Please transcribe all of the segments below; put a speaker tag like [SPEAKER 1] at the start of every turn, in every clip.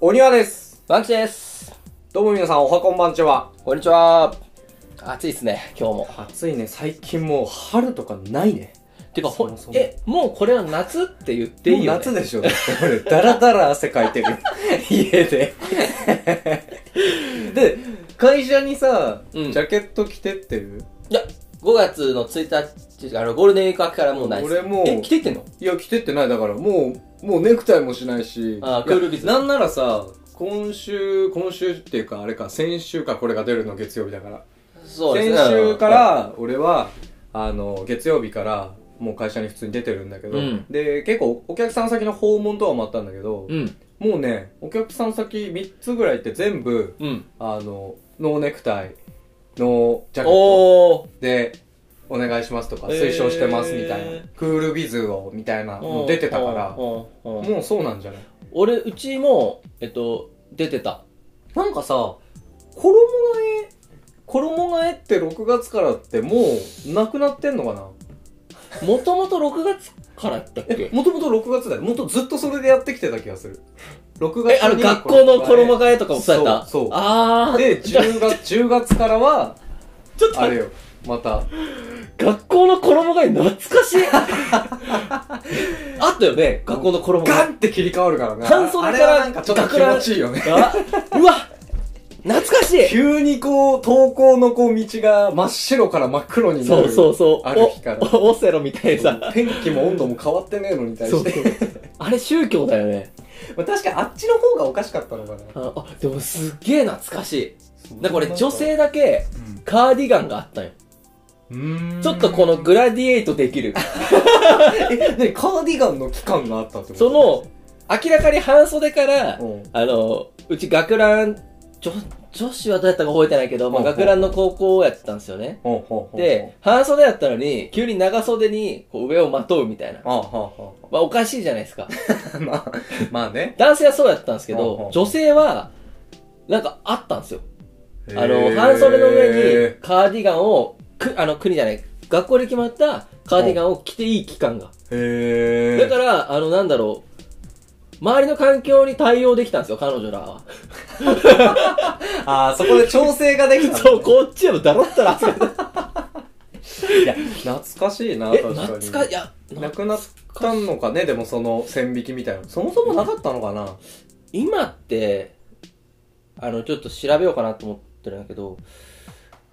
[SPEAKER 1] お庭です。
[SPEAKER 2] ワンキです。
[SPEAKER 1] どうも皆さん、おはこんばんちは。
[SPEAKER 2] こんにちは。暑いっすね、今日も。
[SPEAKER 1] 暑いね、最近もう春とかないね。
[SPEAKER 2] てか、ほ
[SPEAKER 1] そもそも
[SPEAKER 2] え、もうこれは夏って言っていい
[SPEAKER 1] もう
[SPEAKER 2] よ、ね。
[SPEAKER 1] 夏でしょ。俺、だらだら汗かいてる。 家で。 で、会社にさ、
[SPEAKER 2] うん
[SPEAKER 1] ジャケット着てってる
[SPEAKER 2] いや、5月の1日、あの、ゴールデンウィーク明けからもうないっす
[SPEAKER 1] 俺もう
[SPEAKER 2] え、着てってんの
[SPEAKER 1] いや、着てってない。だから、もう、もうネクタイもしないし。
[SPEAKER 2] あークールビズ
[SPEAKER 1] いやなんならさ、今週、今週っていうか、あれか、先週か、これが出るの月曜日だから。
[SPEAKER 2] そ
[SPEAKER 1] 先週か、ら俺はあの月曜日からもう会社に普通に出てるんだけど、
[SPEAKER 2] うん
[SPEAKER 1] で結構お客さん先の訪問とかもあったんだけど、
[SPEAKER 2] うん。
[SPEAKER 1] もうねお客さん先3つぐらいって全部
[SPEAKER 2] うん。
[SPEAKER 1] あのノーネクタイノージャケット
[SPEAKER 2] おー。
[SPEAKER 1] でお願いしますとか
[SPEAKER 2] えー
[SPEAKER 1] 推奨してますみたいな、クールビズをみたいなの出てたから、
[SPEAKER 2] おーおーおー
[SPEAKER 1] もうそうなんじゃない
[SPEAKER 2] 俺、うちも、えっと、出てた。
[SPEAKER 1] なんかさ衣替え衣替えって6月からってもうなくなってんのかな
[SPEAKER 2] もともと6月からだっけ
[SPEAKER 1] もともと6月だよ。もとずっとそれでやってきてた気がする。6月
[SPEAKER 2] え、あの、
[SPEAKER 1] に
[SPEAKER 2] 学校の衣
[SPEAKER 1] え
[SPEAKER 2] 替えとかもされた
[SPEAKER 1] そうそう
[SPEAKER 2] あー。
[SPEAKER 1] で、10月、10月からは、
[SPEAKER 2] ちょっと
[SPEAKER 1] あ
[SPEAKER 2] 待っ
[SPEAKER 1] れ
[SPEAKER 2] て、
[SPEAKER 1] よ、また。
[SPEAKER 2] 学校の衣替え懐かしい あったよね、学校の衣替え
[SPEAKER 1] ガ。ンって切り替わるからね。
[SPEAKER 2] 半袖から
[SPEAKER 1] あれはなんかちょっと気持ちいいよね。
[SPEAKER 2] あうわ懐かしい
[SPEAKER 1] 急にこう、登校のこう、道が真っ白から真っ黒にな
[SPEAKER 2] そ
[SPEAKER 1] る。
[SPEAKER 2] うそうそう。
[SPEAKER 1] ある日から。
[SPEAKER 2] おおオセロみたいなさ。
[SPEAKER 1] 天気も温度も変わってねえのに対
[SPEAKER 2] そう
[SPEAKER 1] し
[SPEAKER 2] そう
[SPEAKER 1] て。。
[SPEAKER 2] あれ宗教だよね。
[SPEAKER 1] まあ確かにあっちの方がおかしかったのかな。
[SPEAKER 2] あ、あでもすっげえ懐かしい。だから俺女性だけカーディガンがあったよ。
[SPEAKER 1] うん。
[SPEAKER 2] ちょっとこのグラディエイトできる。
[SPEAKER 1] え、ね、カーディガンの期間があったってこと
[SPEAKER 2] そ、の、明らかに半袖から、
[SPEAKER 1] うん
[SPEAKER 2] あの、うち学ラン、女、女子はどうやったか覚えてないけど、まあ
[SPEAKER 1] うんうん
[SPEAKER 2] 学ランの高校やったんですよね。
[SPEAKER 1] ほうほうほうほう、
[SPEAKER 2] で、半袖だったのに、急に長袖にこう上をまとうみたいな。
[SPEAKER 1] ああ、はあ、はあ。
[SPEAKER 2] まあおかしいじゃないですか。
[SPEAKER 1] まあ、まあね。
[SPEAKER 2] 男性はそうやったんですけ
[SPEAKER 1] うんう
[SPEAKER 2] ど
[SPEAKER 1] ん、
[SPEAKER 2] 女性は、なんかあったんですよ。
[SPEAKER 1] あ
[SPEAKER 2] あの、半袖の上にカーディガンを、く、あの、国じゃない、学校で決まったカーディガンを着ていい期間が。
[SPEAKER 1] へ
[SPEAKER 2] だから、あの、なんだろう、周りの環境に対応できたんですよ、彼女らは。
[SPEAKER 1] ああ、そこで調整ができた のね
[SPEAKER 2] そう、こっちはだろったら暑かった。
[SPEAKER 1] いや、懐かしいな、
[SPEAKER 2] え、
[SPEAKER 1] 確かに。
[SPEAKER 2] 懐か、いや、
[SPEAKER 1] なくなったのかね、でもその線引きみたいな。そもそもなかったのかな
[SPEAKER 2] 今って、あの、ちょっと調べようかなと思ってるんだけど、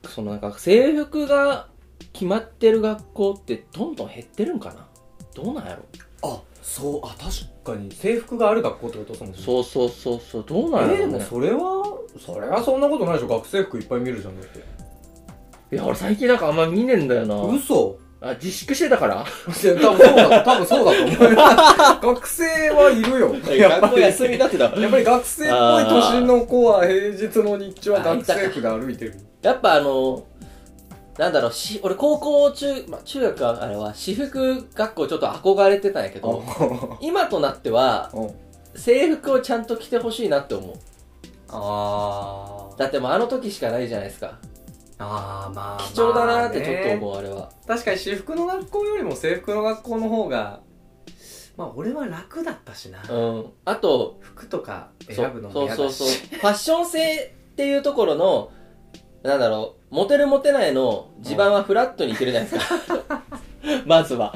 [SPEAKER 2] そのなんか制服が決まってる学校ってどんどん減ってるんかなどうなんやろ
[SPEAKER 1] あ、そう、あ、確かに。制服がある学校ってことそもう。
[SPEAKER 2] そうそうそうそう、どう
[SPEAKER 1] え
[SPEAKER 2] なん
[SPEAKER 1] で
[SPEAKER 2] やろ、
[SPEAKER 1] も
[SPEAKER 2] ね
[SPEAKER 1] それは、それはそんなことないでしょ。学生服いっぱい見るじゃん、だって。
[SPEAKER 2] いや、俺最近なんかあんま見ねえんだよな。
[SPEAKER 1] 嘘
[SPEAKER 2] あ、自粛してたから
[SPEAKER 1] いや多分そうだ、多分そうだと思うよ。 学生はいるよ。
[SPEAKER 2] 学校休みだ ってだ。
[SPEAKER 1] やっぱり学生っぽい年の子は平日の日中は学生服で歩いてる。
[SPEAKER 2] やっぱあの、なんだろう、し、俺高校、中、まあ、中学は、あれは、私服学校ちょっと憧れてたんやけど、今となっては、制服をちゃんと着てほしいなって思う。
[SPEAKER 1] あー
[SPEAKER 2] だってもうあの時しかないじゃないですか。
[SPEAKER 1] あーまあ
[SPEAKER 2] 貴重だなってちょっと
[SPEAKER 1] う
[SPEAKER 2] 思う、あれは。
[SPEAKER 1] 確かに私服の学校よりも制服の学校の方がまあ俺は楽だったしな、
[SPEAKER 2] うん。あと、
[SPEAKER 1] 服とか
[SPEAKER 2] そう
[SPEAKER 1] 選ぶのも
[SPEAKER 2] そう
[SPEAKER 1] 嫌
[SPEAKER 2] そ
[SPEAKER 1] だ
[SPEAKER 2] う
[SPEAKER 1] し
[SPEAKER 2] そう。ファッション性っていうところの、なんだろう、モテるモテないの地盤はフラットにいけるじゃないですか。 まずは。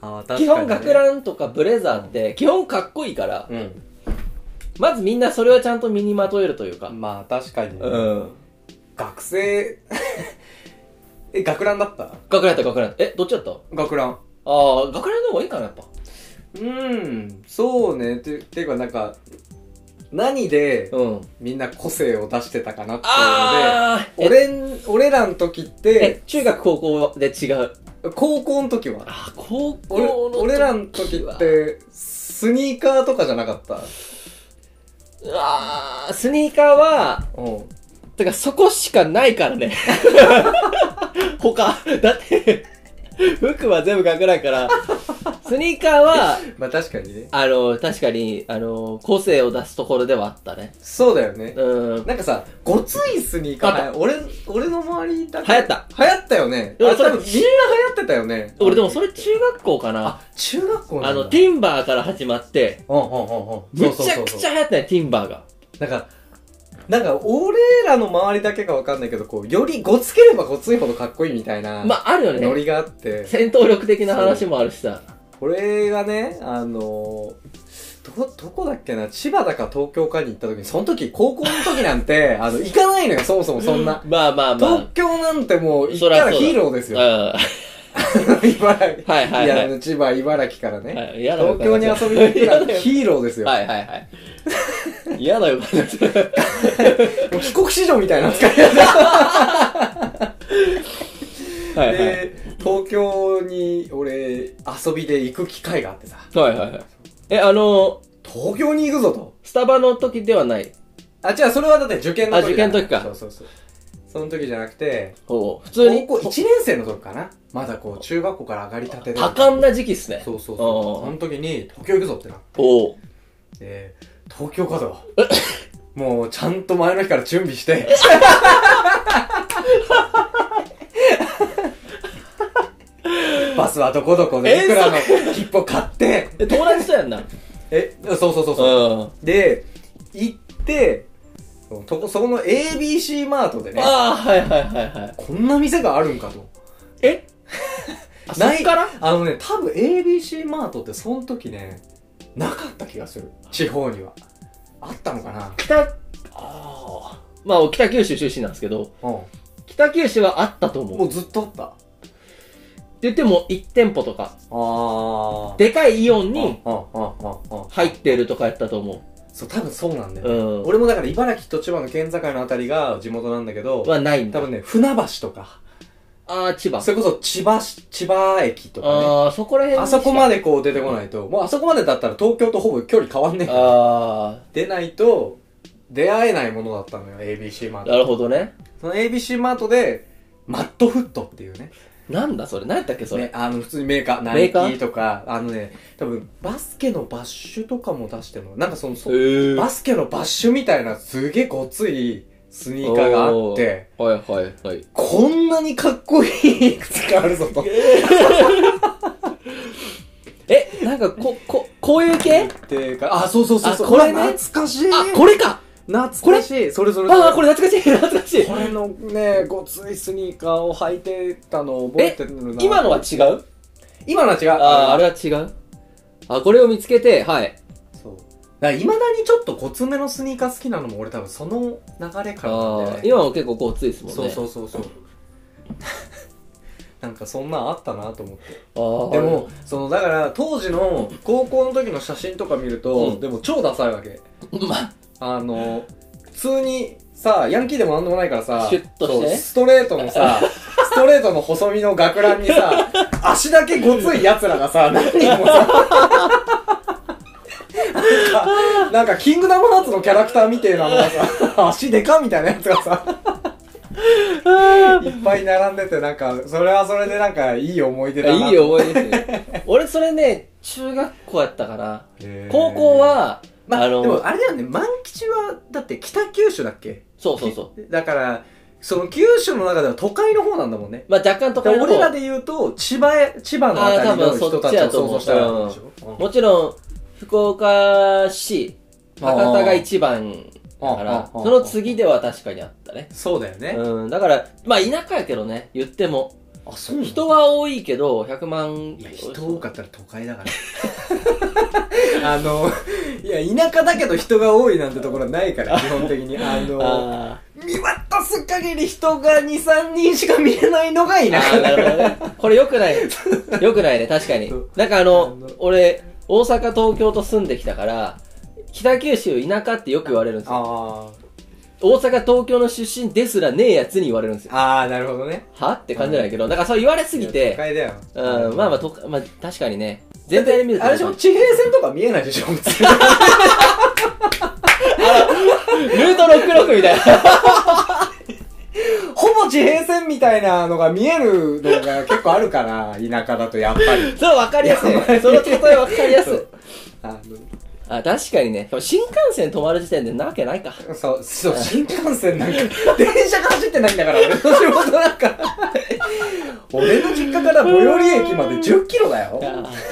[SPEAKER 1] あー確かにね
[SPEAKER 2] 基本学ランとかブレザーって、基本かっこいいから、
[SPEAKER 1] う
[SPEAKER 2] まずみんなそれをちゃんと身にまとえるというか。
[SPEAKER 1] んまあ確かに、
[SPEAKER 2] うん。
[SPEAKER 1] 学生 え学ランだった
[SPEAKER 2] 学ランやった学ランやった。え、どっちだったあ
[SPEAKER 1] 学ラン
[SPEAKER 2] あー、学ランの方がいいかな、やっぱ。
[SPEAKER 1] うんそうねてていうかなんか何で
[SPEAKER 2] うん。
[SPEAKER 1] みんな個性を出してたかなって
[SPEAKER 2] あー
[SPEAKER 1] いうので俺ん俺らの時っ
[SPEAKER 2] え
[SPEAKER 1] て、
[SPEAKER 2] 中学高校で違う。
[SPEAKER 1] 高校の時は
[SPEAKER 2] あ、高校
[SPEAKER 1] 俺
[SPEAKER 2] の時は
[SPEAKER 1] 俺らの時っ。てスニーカーとかじゃなかった
[SPEAKER 2] あースニーカーは、
[SPEAKER 1] うん
[SPEAKER 2] てかそこしかないからね。 他、だって、服は全部学ランから、スニーカーは、
[SPEAKER 1] まあ確かにね。
[SPEAKER 2] あの、確かに、あの、個性を出すところではあったね。
[SPEAKER 1] そうだよね。
[SPEAKER 2] うん。
[SPEAKER 1] なんかさ、ごついスニーカー、俺、俺の周りだけ。
[SPEAKER 2] 流行った。
[SPEAKER 1] 流行ったよね。あ、
[SPEAKER 2] い
[SPEAKER 1] 多
[SPEAKER 2] やそれ
[SPEAKER 1] 分みんな流行ってたよね。
[SPEAKER 2] 俺でもそれ中学校かな。
[SPEAKER 1] あ、中学校なんだ。
[SPEAKER 2] あの、ティンバーから始まって、
[SPEAKER 1] うんうんうんう
[SPEAKER 2] む
[SPEAKER 1] ん。そう
[SPEAKER 2] ちゃ
[SPEAKER 1] そう
[SPEAKER 2] く
[SPEAKER 1] そう
[SPEAKER 2] ち
[SPEAKER 1] そ
[SPEAKER 2] ゃ流行ったね、ティンバーが。
[SPEAKER 1] う。なんか、なんか、俺らの周りだけかわかんないけど、こう、よりごつければごついほどかっこいいみたいな、
[SPEAKER 2] まあ、あるよ
[SPEAKER 1] ノ
[SPEAKER 2] ね。
[SPEAKER 1] リがあって、
[SPEAKER 2] 戦闘力的な話もあるしさ。
[SPEAKER 1] 俺がね、あのー、ど、どこだっけな、千葉だか東京かに行った時に、その時、高校の時なん て、あの、行かないのよ、そもそもそんな。
[SPEAKER 2] まあまあまあ
[SPEAKER 1] 東。京なんてもう、行
[SPEAKER 2] そ
[SPEAKER 1] っ
[SPEAKER 2] りゃ
[SPEAKER 1] たら
[SPEAKER 2] そうだ
[SPEAKER 1] ヒーローですよ。
[SPEAKER 2] う
[SPEAKER 1] 茨城。
[SPEAKER 2] ん。はいはいいは
[SPEAKER 1] やあ
[SPEAKER 2] い。
[SPEAKER 1] の千葉、茨城からね、
[SPEAKER 2] はい嫌な予
[SPEAKER 1] 東京
[SPEAKER 2] 感
[SPEAKER 1] に
[SPEAKER 2] がす
[SPEAKER 1] 遊
[SPEAKER 2] る
[SPEAKER 1] びに行く
[SPEAKER 2] 嫌
[SPEAKER 1] ら
[SPEAKER 2] だよ
[SPEAKER 1] ヒーローですよ。
[SPEAKER 2] はいはいはい。嫌な予感がする。
[SPEAKER 1] もう帰国子女みたいな扱いだね
[SPEAKER 2] はいはい。
[SPEAKER 1] で、東京に俺、遊びで行く機会があってさ、
[SPEAKER 2] はいはいはい。え、あの、
[SPEAKER 1] 東京に行くぞと。
[SPEAKER 2] スタバの時ではない。
[SPEAKER 1] あ、違う、それはだって受験の時
[SPEAKER 2] あ受験の時か
[SPEAKER 1] そうそうそう。その時じゃなくて、
[SPEAKER 2] ほう普通に。
[SPEAKER 1] 高校1年生の時かなまだこう、中学校から上がりたてで。
[SPEAKER 2] 多感な時期っすね。
[SPEAKER 1] そうそう
[SPEAKER 2] お
[SPEAKER 1] そうう。その時に、東京行くぞってなっ
[SPEAKER 2] おう
[SPEAKER 1] て、東京かと。 もう、ちゃんと前の日から準備して。バスはどこどこで、いくらの切符を買って。
[SPEAKER 2] え、友達とやんな。
[SPEAKER 1] え、そうそう そうそう。
[SPEAKER 2] あ
[SPEAKER 1] で、行って、そこ、そこの ABC マートでね、
[SPEAKER 2] あー、はいはいはいはい。
[SPEAKER 1] こんな店があるんかと。
[SPEAKER 2] えあそっから
[SPEAKER 1] あのね、多分 ABC マートってその時ね、なかった気がする。地方には。あったのかな
[SPEAKER 2] 北、ああ。まあ、北九州出身なんですけど、
[SPEAKER 1] うん。
[SPEAKER 2] 北九州はあったと思
[SPEAKER 1] も
[SPEAKER 2] う。
[SPEAKER 1] うずっとおった。
[SPEAKER 2] 言っても、1店舗とか、
[SPEAKER 1] あで、
[SPEAKER 2] でかいイオン
[SPEAKER 1] うん、うん、うん、うん
[SPEAKER 2] に。入ってるとかやったと思
[SPEAKER 1] そう、多分そうなんだ
[SPEAKER 2] う。
[SPEAKER 1] よ。
[SPEAKER 2] うん。
[SPEAKER 1] 俺もだから茨城と千葉の県境のあたりが地元なんだけど、
[SPEAKER 2] はないん
[SPEAKER 1] 多
[SPEAKER 2] だ。
[SPEAKER 1] 分ね、船橋とか、
[SPEAKER 2] ああ、千葉。
[SPEAKER 1] それこそ千葉市、千葉駅とかね。
[SPEAKER 2] ああ、そこら辺
[SPEAKER 1] あそこま
[SPEAKER 2] で。
[SPEAKER 1] でこう出てこないと、もうあそこまでだったら東京とほぼ距離変わんねえから。
[SPEAKER 2] あ
[SPEAKER 1] 出ないと、出会えないものだったのよ、ABC マー
[SPEAKER 2] あ、
[SPEAKER 1] ト。
[SPEAKER 2] なるほどね。
[SPEAKER 1] その ABC マートで、マットフットっていうね。
[SPEAKER 2] なんだそれ、何やったっけそれ。
[SPEAKER 1] ね、あの、普通にメーカー、ナ
[SPEAKER 2] メー
[SPEAKER 1] イ
[SPEAKER 2] カー
[SPEAKER 1] キとか、あのね、多分、バスケのバッシュとかも出してるの。なんかその、そ
[SPEAKER 2] ー
[SPEAKER 1] バスケのバッシュみたいな、すげえごついスニーカーがあって、
[SPEAKER 2] おー。はいはいはい。
[SPEAKER 1] こんなにかっこいい靴があるぞ と。
[SPEAKER 2] え、なんかこ、こ、こういう系
[SPEAKER 1] で、かあ、そうそうそうそう。
[SPEAKER 2] あこれね
[SPEAKER 1] うわ懐かしい。
[SPEAKER 2] あ、これか
[SPEAKER 1] 懐かしい。それぞれ。
[SPEAKER 2] ああ、これ懐かしい、懐かしい
[SPEAKER 1] こ。れのね、ごついスニーカーを履いてたのを覚えてるな。
[SPEAKER 2] 今のは違う
[SPEAKER 1] 今のは違う。
[SPEAKER 2] ああ、あれは違うあ、これを見つけて、はい。
[SPEAKER 1] そう。だいまだにちょっとごつめのスニーカー好きなのも俺多分その流れからなんだよ
[SPEAKER 2] ああ、
[SPEAKER 1] ね。
[SPEAKER 2] 今も結構こうついですもんね。
[SPEAKER 1] そうそうそうそう。 なんかそんなんあったなと思って。
[SPEAKER 2] ああ。
[SPEAKER 1] でも、そのだから当時の高校の時の写真とか見ると、
[SPEAKER 2] うん
[SPEAKER 1] でも超ダサいわけ。
[SPEAKER 2] うん、ま、
[SPEAKER 1] あの、普通にさ、ヤンキーでもなんでもないからさ、
[SPEAKER 2] シュッとしてね
[SPEAKER 1] そうストレートの さ、ストレートの細身の学ランにさ、足だけごつい奴らがさ、何人もさ、なんか、なんかキングダムハーツのキャラクターみてえなのがさ、足でかみたいなやつが さ、いっぱい並んでて、なんか、それはそれでなんか、いい思い出だな。
[SPEAKER 2] いい思い出ですね。 俺、それね、中学校やったかな。
[SPEAKER 1] へー
[SPEAKER 2] 高校、は、
[SPEAKER 1] まあ、
[SPEAKER 2] あの
[SPEAKER 1] でもあれだよね、万吉は、だって北九州だっけ
[SPEAKER 2] そうそうそう。
[SPEAKER 1] だから、その九州の中では都会の方なんだもんね。
[SPEAKER 2] まあ、若干と
[SPEAKER 1] だ
[SPEAKER 2] か
[SPEAKER 1] から俺らで言うと、千葉へ、千葉のあたり
[SPEAKER 2] あー多
[SPEAKER 1] の
[SPEAKER 2] 分そっ
[SPEAKER 1] 人た
[SPEAKER 2] ち
[SPEAKER 1] ち
[SPEAKER 2] や
[SPEAKER 1] を
[SPEAKER 2] と
[SPEAKER 1] 想
[SPEAKER 2] 思う
[SPEAKER 1] 像したらでしょ、
[SPEAKER 2] もちろん、福岡市、博多が一番
[SPEAKER 1] あ
[SPEAKER 2] だ
[SPEAKER 1] ー
[SPEAKER 2] から、
[SPEAKER 1] あー
[SPEAKER 2] その次では確かにあったね。
[SPEAKER 1] そうだよね。
[SPEAKER 2] うん、だから、まあ田舎やけどね、言っても。
[SPEAKER 1] あ、そうなんだ
[SPEAKER 2] 人は多いけど、100万。
[SPEAKER 1] いや、人多かったら都 会だか ら。あの、いや、田舎だけど人が多いなんてところはない から、基本的に。あの、
[SPEAKER 2] あ
[SPEAKER 1] 見渡す限り人が2、3人しか見れないのが
[SPEAKER 2] ーあ
[SPEAKER 1] 田
[SPEAKER 2] ー、
[SPEAKER 1] 舎
[SPEAKER 2] な
[SPEAKER 1] だ
[SPEAKER 2] るほどね。 これ良くない。良くないね、確かに
[SPEAKER 1] そう。
[SPEAKER 2] なんかあの
[SPEAKER 1] あの、
[SPEAKER 2] 俺、大阪、東京と住んできたから、北九州田舎ってよく言われるんですよ。
[SPEAKER 1] あ
[SPEAKER 2] 大阪、東京の出身ですらねえやつに言われるんです
[SPEAKER 1] ー
[SPEAKER 2] よ。
[SPEAKER 1] あー、なるほどね。
[SPEAKER 2] はって感じなんやけど、だからそう言われすぎ
[SPEAKER 1] いや
[SPEAKER 2] て
[SPEAKER 1] 都、会だよ。
[SPEAKER 2] うん、まあまあ、とかまあ、確かにね、全体で見ると。
[SPEAKER 1] あれでしょ地平線とか見えないで しょ普通に
[SPEAKER 2] ルート66みたいな。
[SPEAKER 1] ほぼ地地平線みたいなのが見えるのが結構あるから、田舎だとやっぱり。
[SPEAKER 2] それ分かり やすいね。その例え分かりやすい
[SPEAKER 1] そう。あ
[SPEAKER 2] あ、確かにね。でも新幹線止まる時点でなわけないか。
[SPEAKER 1] のそう、そう、新幹線なんか、電車が走ってないんだから、俺の仕事なんか。俺の実家から最寄り駅まで10キロだよ。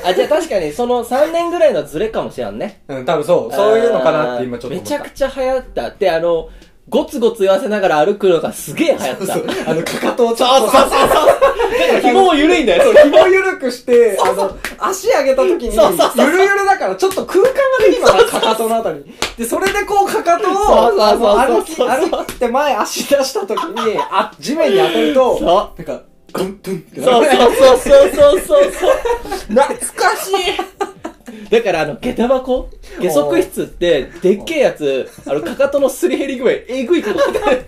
[SPEAKER 2] あ、じゃあ確かにその3年ぐらいのズレかもしれんね。
[SPEAKER 1] うん、多分そう、そういうのかなって今ちょっと思
[SPEAKER 2] め
[SPEAKER 1] っ
[SPEAKER 2] ち
[SPEAKER 1] た。
[SPEAKER 2] ゃくちゃ流行った。で、あの、ゴツゴツ言わせながら歩くのがすげえ流行った。
[SPEAKER 1] そうあの、かかとをちょっ
[SPEAKER 2] あ、
[SPEAKER 1] と
[SPEAKER 2] そうそう そう。だから紐も緩いんだよ。
[SPEAKER 1] そう、紐緩くして、あの、足上げた時に、
[SPEAKER 2] そうそうそう
[SPEAKER 1] ゆるゆるだから、ちょっと空間ができるのかな、かかとのあたり。で、それでこう、かかと
[SPEAKER 2] そうそうそう
[SPEAKER 1] を、あの歩き、
[SPEAKER 2] そうそうそう
[SPEAKER 1] 歩きって前足出した時に、あ、地面に当てる
[SPEAKER 2] そ
[SPEAKER 1] と、
[SPEAKER 2] う。そ
[SPEAKER 1] なんか、ドンドンって
[SPEAKER 2] う
[SPEAKER 1] なる
[SPEAKER 2] そうそうそうそうそう。懐かしい。だからあの、下駄箱下足室って、でっけえやつ、あの、かかとのすり減り具合、えぐいことになってる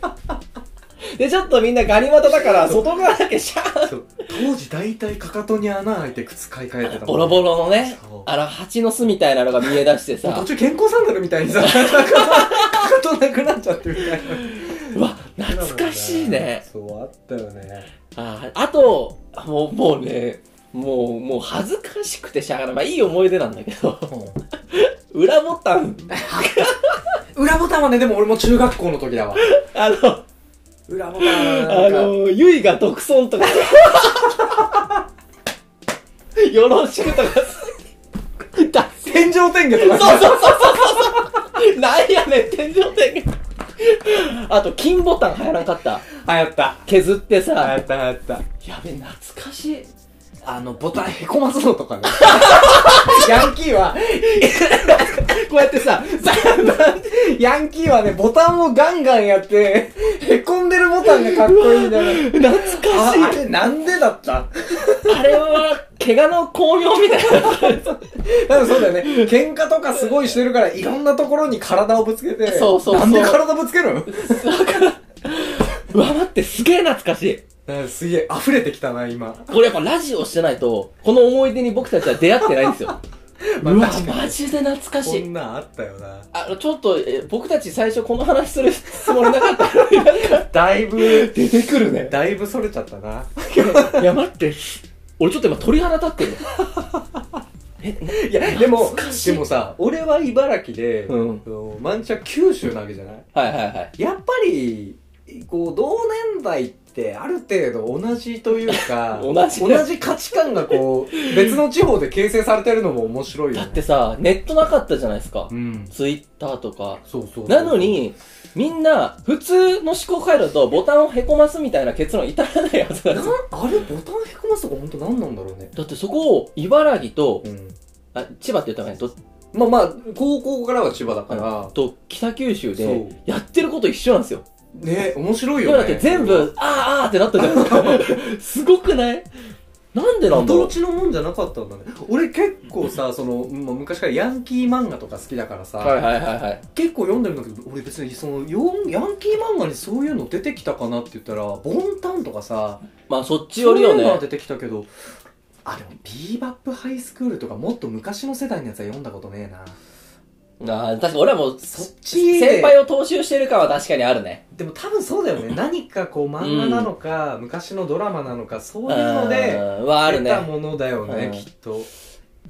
[SPEAKER 2] で、ちょっとみんなガニ股だから、外側だけシャーン
[SPEAKER 1] そう当時大体かかとに穴開いて靴買い替えてたもん
[SPEAKER 2] ボロボロのね
[SPEAKER 1] そう、
[SPEAKER 2] あの、蜂の巣みたいなのが見え出して
[SPEAKER 1] もう
[SPEAKER 2] さ
[SPEAKER 1] 途、中健康サンダルみたいにさ、なんかさかかとなくなっちゃってみたいな。
[SPEAKER 2] うわ、懐かしいね。
[SPEAKER 1] そう、あったよね。
[SPEAKER 2] ああと、もう、もうね、もう、もう恥ずかしくてしゃあない。まあいい思い出なんだけど、裏ボタン、
[SPEAKER 1] 裏ボタンはね、でも俺も中学校の時だわ。
[SPEAKER 2] あの、
[SPEAKER 1] 裏ボタンはな
[SPEAKER 2] あ
[SPEAKER 1] んか、
[SPEAKER 2] の、ゆいが独尊とか、よろしくとか、だ
[SPEAKER 1] 天井天下とか
[SPEAKER 2] そうそうそうそうそうなんやねん、天井天下。あと、金ボタン流行らんかった。
[SPEAKER 1] 流行った。
[SPEAKER 2] 削ってさ、
[SPEAKER 1] 流行った流行った。
[SPEAKER 2] やべ、懐かしい。
[SPEAKER 1] あの、ボタンへこますのと かね。ヤンキーは、
[SPEAKER 2] こうやってさ、ザンザン
[SPEAKER 1] ヤンキーはね、ボタンをガンガンやって、へこんでるボタンがかっこいいんだよ。
[SPEAKER 2] 懐
[SPEAKER 1] ああ
[SPEAKER 2] かし
[SPEAKER 1] れなんでだった
[SPEAKER 2] い。あれは、怪我の巧妙みたいな。
[SPEAKER 1] 多分そうだよね。喧嘩とかすごいしてるから、いろんなところに体をぶつけて。
[SPEAKER 2] そうそうそう
[SPEAKER 1] なんで体ぶつけるの
[SPEAKER 2] うわ、待って、すげえ懐かしい。
[SPEAKER 1] なんかすげえ、溢れてきたな、今。
[SPEAKER 2] これやっぱラジオしてないと、この思い出に僕たちは出会ってないんですよ。
[SPEAKER 1] まあ
[SPEAKER 2] うわ
[SPEAKER 1] 確か、に
[SPEAKER 2] マジで懐かし
[SPEAKER 1] こん
[SPEAKER 2] い。
[SPEAKER 1] なんあったよな。
[SPEAKER 2] あの、ちょっと、え僕たち最初この話 するつもりなかったのに、なんか
[SPEAKER 1] だいぶ、
[SPEAKER 2] 出てくるね。
[SPEAKER 1] だいぶそれちゃったな。
[SPEAKER 2] いや、待って。俺ちょっと今鳥肌立ってるよ。
[SPEAKER 1] いや、でも
[SPEAKER 2] 懐か、しい
[SPEAKER 1] でもさ、俺は茨城で、
[SPEAKER 2] うん
[SPEAKER 1] あのマンチャ九州なわけじゃない
[SPEAKER 2] はいはいはい。、
[SPEAKER 1] やっぱり、こう、同年代ってある程度同じというか
[SPEAKER 2] 同じ
[SPEAKER 1] 価値観がこう、別の地方で形成されてるのも面白いよ
[SPEAKER 2] だ
[SPEAKER 1] ね。
[SPEAKER 2] ってさ、ネットなかったじゃないですか
[SPEAKER 1] う。ん。
[SPEAKER 2] ツイッターとか。
[SPEAKER 1] そうそうそう
[SPEAKER 2] なの、に、みんな、普通の思考回路とボタンをへこますみたいな結論至らないはずなん
[SPEAKER 1] な
[SPEAKER 2] で
[SPEAKER 1] ん
[SPEAKER 2] すよ。
[SPEAKER 1] あれ、ボタンへこますとか本当何なんだろうね。
[SPEAKER 2] だってそこを、茨城と、
[SPEAKER 1] ん。
[SPEAKER 2] あ、千葉って言ったらね、どっ
[SPEAKER 1] まあまあ、高校からは千葉だか、
[SPEAKER 2] からと、北九州
[SPEAKER 1] そ
[SPEAKER 2] で
[SPEAKER 1] う、
[SPEAKER 2] やってること一緒なんですよ。
[SPEAKER 1] ね、面白い
[SPEAKER 2] で
[SPEAKER 1] よ
[SPEAKER 2] も
[SPEAKER 1] ね。
[SPEAKER 2] だって全部、あーあーってなったじゃない ですか。すごくないなんでなんだろ
[SPEAKER 1] 驚
[SPEAKER 2] う
[SPEAKER 1] きのもんじゃなかったんだね俺結構さその、まあ昔からヤンキー漫画とか好きだからさ、
[SPEAKER 2] はいはいはいはい。
[SPEAKER 1] 結構読んでるんだけど俺別にそのヨンヤンキー漫画にそういうの出てきたかなって言ったらボンタンとかさ
[SPEAKER 2] まあそっち
[SPEAKER 1] そ
[SPEAKER 2] よ
[SPEAKER 1] う
[SPEAKER 2] り
[SPEAKER 1] い
[SPEAKER 2] よ
[SPEAKER 1] うのは
[SPEAKER 2] ね。
[SPEAKER 1] 出てきたけどあでもビーバップハイスクールとかもっと昔の世代のやつは読んだことねえな
[SPEAKER 2] ああ、確かに俺はもう、
[SPEAKER 1] そっち
[SPEAKER 2] 先輩を踏襲してる感は確かにあるね。
[SPEAKER 1] でも多分そうだよね何かこう漫画なのか、昔のドラマなのかそういうの
[SPEAKER 2] う
[SPEAKER 1] で
[SPEAKER 2] んはある
[SPEAKER 1] 出た
[SPEAKER 2] ね。
[SPEAKER 1] ものだよね
[SPEAKER 2] うん
[SPEAKER 1] きっと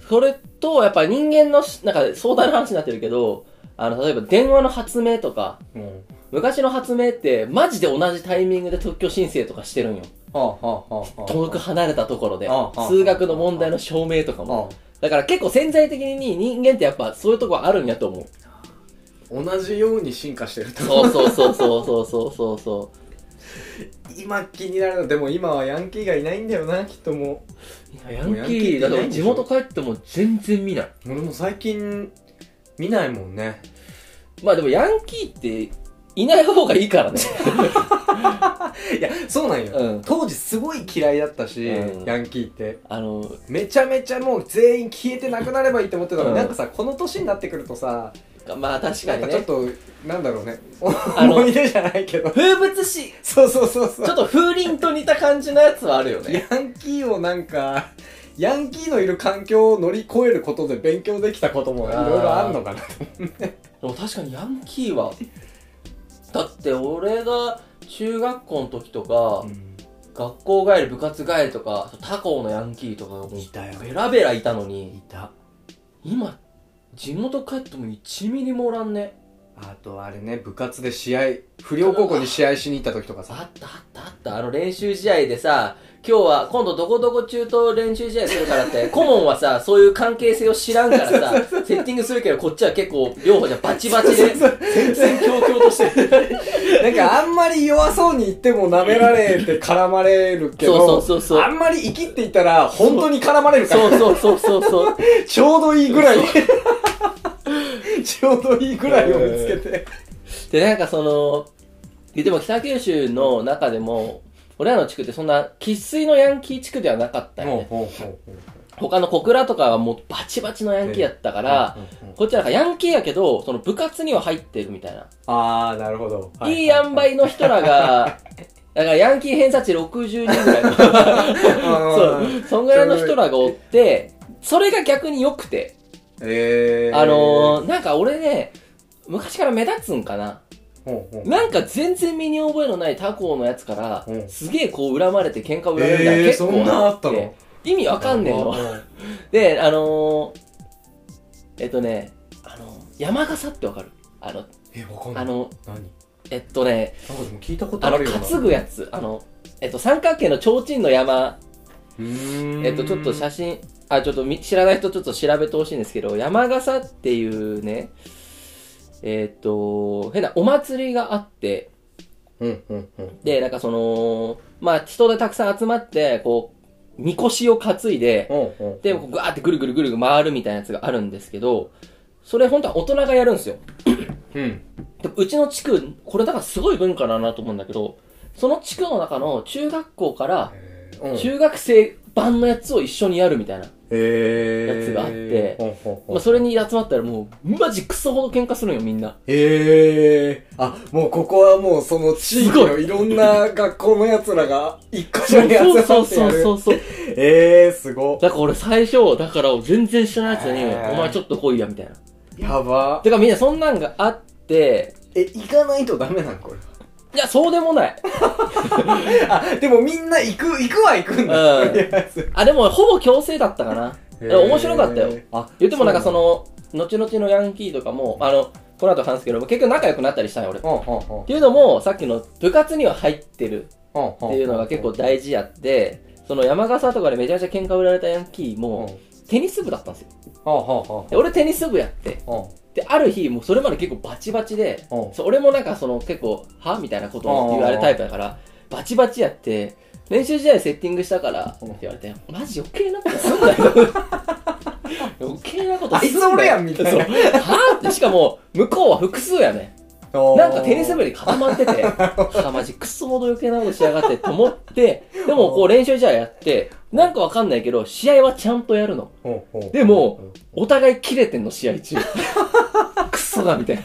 [SPEAKER 2] それと、やっぱ人間のし、なんか壮大な話になってるけど、あの、例えば電話の発明とか、
[SPEAKER 1] うん
[SPEAKER 2] 昔の発明って、マジで同じタイミングで特許申請とかしてるんよ。
[SPEAKER 1] はあはあはあはあ
[SPEAKER 2] 遠く離れたところで
[SPEAKER 1] ああああ、
[SPEAKER 2] 数学の問題の証明とかも。
[SPEAKER 1] あ
[SPEAKER 2] だから結構潜在的に人間ってやっぱそういうとこあるんやと思う。
[SPEAKER 1] 同じように進化してると
[SPEAKER 2] そうそうそうそうそうそうそうそ
[SPEAKER 1] 今気になるのでも今はヤンキーがいないんだよなきっとも
[SPEAKER 2] う。ヤ
[SPEAKER 1] もう
[SPEAKER 2] ン
[SPEAKER 1] ヤン
[SPEAKER 2] キ
[SPEAKER 1] キー
[SPEAKER 2] ー、だ
[SPEAKER 1] い
[SPEAKER 2] か
[SPEAKER 1] な
[SPEAKER 2] ら
[SPEAKER 1] いんでし
[SPEAKER 2] 地
[SPEAKER 1] ょ
[SPEAKER 2] 元帰っても全然見ない。
[SPEAKER 1] う俺も最近見ないもんね
[SPEAKER 2] まあでもヤンキーって、いない方がいいからね。
[SPEAKER 1] いやそうなんよ、
[SPEAKER 2] うん
[SPEAKER 1] 当時すごい嫌いだったし、
[SPEAKER 2] うん
[SPEAKER 1] ヤンキーって
[SPEAKER 2] あの、
[SPEAKER 1] めちゃめちゃもう全員消えてなくなればいいって思ってたのに、
[SPEAKER 2] うん
[SPEAKER 1] なんかさこの年になってくるとさ
[SPEAKER 2] まあ確
[SPEAKER 1] な
[SPEAKER 2] かに
[SPEAKER 1] んかちょっ
[SPEAKER 2] ね。
[SPEAKER 1] となんだろうね
[SPEAKER 2] あの
[SPEAKER 1] 思い出じゃないけど
[SPEAKER 2] 風物詩、
[SPEAKER 1] そうそうそうそ
[SPEAKER 2] ちょっ
[SPEAKER 1] う
[SPEAKER 2] と風鈴と似た感じのやつはあるよね。
[SPEAKER 1] ヤンキーをなんかヤンキーのいる環境を乗り越えることで勉強できたこともいろいろあんのかな
[SPEAKER 2] でも確かにヤンキーは、だって俺が中学校の時とか、
[SPEAKER 1] うん
[SPEAKER 2] 学校帰り部活帰りとか他校のヤンキーとかがもう
[SPEAKER 1] いたよ
[SPEAKER 2] ベラベラいたの
[SPEAKER 1] い
[SPEAKER 2] に
[SPEAKER 1] た
[SPEAKER 2] 今地元帰っても1ミリもおらんね
[SPEAKER 1] あとあれね部活で試合不良高校に試合しに行った時とかさ
[SPEAKER 2] あったあったあったあの練習試合でさ今日は今度どこどこ中東練習試合するからって 顧問はさそういう関係性を知らんからさ セッティングするけどこっちは結構両方じゃバチバチ で全然強々としてる
[SPEAKER 1] なんかあんまり弱そうに言っても舐められ て絡まれるけど、
[SPEAKER 2] そうそうそうそう
[SPEAKER 1] あんまり生きって言ったら本当に絡まれるから、
[SPEAKER 2] そうそうそうそうそう
[SPEAKER 1] ちょうどいいぐらい、 ちょうどいいぐらいを見つけて。
[SPEAKER 2] でなんかそのででも北九州の中でも俺らの地区ってそんな生粋のヤンキー地区ではなかったよね
[SPEAKER 1] ほうほう
[SPEAKER 2] 他の小倉とかはもうバチバチのヤンキーやったから、こっちはなんかヤンキーやけど、その部活には入ってるみたいな。
[SPEAKER 1] あー、なるほど。はい
[SPEAKER 2] い塩梅の人 らが、だからヤンキー偏差値60人ぐらいの。そう。そんぐらいの人らがおって、それが逆に良くて。
[SPEAKER 1] えー。
[SPEAKER 2] あのー、なんか俺ね、昔から目立つんかな。
[SPEAKER 1] ほうほう
[SPEAKER 2] なんか全然身に覚えのない他校のやつから
[SPEAKER 1] う、ん
[SPEAKER 2] すげえこう恨まれて喧嘩売られるみたいな、
[SPEAKER 1] えー
[SPEAKER 2] 結構
[SPEAKER 1] そんなあったの
[SPEAKER 2] 意味わかんねえの。で、あのー、えっとね、あの山笠ってわかるあの、
[SPEAKER 1] え、わかんない。
[SPEAKER 2] あの、
[SPEAKER 1] 何なん
[SPEAKER 2] えっとね、
[SPEAKER 1] かでも聞いたこと
[SPEAKER 2] あ
[SPEAKER 1] あ
[SPEAKER 2] の、
[SPEAKER 1] るような。
[SPEAKER 2] 担ぐやつ、あの、えっと、三角形の提灯の山、
[SPEAKER 1] うーん
[SPEAKER 2] えっと、ちょっと写真、あ、ちょっとみ知らない人ちょっと調べてほしいんですけど、山笠っていうね、えっと、変なお祭りがあって、
[SPEAKER 1] うん、うん、うん。
[SPEAKER 2] で、なんかその、まあ、人でたくさん集まって、こう、みこしを担いで、
[SPEAKER 1] ほうほう
[SPEAKER 2] で、こうぐわーってぐるぐるぐるぐる回るみたいなやつがあるんですけど、それ本当は大人がやるんですよ。
[SPEAKER 1] うん。
[SPEAKER 2] でもうちの地区、これだからすごい文化だなと思うんだけど、その地区の中の中学校から
[SPEAKER 1] えーうん
[SPEAKER 2] 中学生版のやつを一緒にやるみたいな。
[SPEAKER 1] えー
[SPEAKER 2] やつがあって
[SPEAKER 1] ほうほうほう
[SPEAKER 2] まあ、それに集まったらもう、マジクソほど喧嘩するんよ、みんな。
[SPEAKER 1] へえ。あ、もうここはもうその地域のいろんな学校の奴らが一箇所に集
[SPEAKER 2] そうそ
[SPEAKER 1] ま
[SPEAKER 2] う
[SPEAKER 1] ってや
[SPEAKER 2] そう
[SPEAKER 1] る
[SPEAKER 2] そ。うそう。
[SPEAKER 1] ええー、すご。
[SPEAKER 2] だから俺最初、だから全然知らないやつに、
[SPEAKER 1] へー
[SPEAKER 2] お前ちょっと来いや、みたいな。だ
[SPEAKER 1] やば。
[SPEAKER 2] からみんなそんなんがあって、
[SPEAKER 1] え、行かないとダメなんこれ。
[SPEAKER 2] いや、そうでもない。
[SPEAKER 1] あ、でもみんな行く、行くは行くんだ。
[SPEAKER 2] うん
[SPEAKER 1] とりあえず
[SPEAKER 2] あ、でもほぼ強制だったかな。
[SPEAKER 1] へ
[SPEAKER 2] い
[SPEAKER 1] ー
[SPEAKER 2] や面白かったよ。
[SPEAKER 1] あ
[SPEAKER 2] 言ってもなんかそ、の、後々のヤンキーとかも、あの、この後話すけど、結局仲良くなったりしたんよ、俺。っ
[SPEAKER 1] うなんだうんうんうん
[SPEAKER 2] ていうのも、さっきの部活には入ってるっていうのが結構大事やって、その山笠とかでめちゃめちゃ喧嘩売られたヤンキー
[SPEAKER 1] うんうん
[SPEAKER 2] も、テニス部だったんですよ。
[SPEAKER 1] うん
[SPEAKER 2] で俺テニス部やって。
[SPEAKER 1] うん
[SPEAKER 2] で、ある日、もうそれまで結構バチバチで、
[SPEAKER 1] うん
[SPEAKER 2] そう俺もなんかその結構、はみたいなことを言われるタイプだから、バチバチやって、練習試合セッティングしたから、って
[SPEAKER 1] うん
[SPEAKER 2] 言われて、マジ余計なことすん なよ。余計なことすんな
[SPEAKER 1] あ
[SPEAKER 2] よ。
[SPEAKER 1] いつ俺やんみたいな
[SPEAKER 2] そうはぁって、しかも、向こうは複数やね。
[SPEAKER 1] うん
[SPEAKER 2] なんかテニス部に 固まってて、はマジクソほど余計なことしやがってと思って、でもこう練習試合やって、なんかわかんないけど、試合はちゃんとやるの。
[SPEAKER 1] うんうん
[SPEAKER 2] でも、お互い切れてんの、試合中。クソだ、みたいな。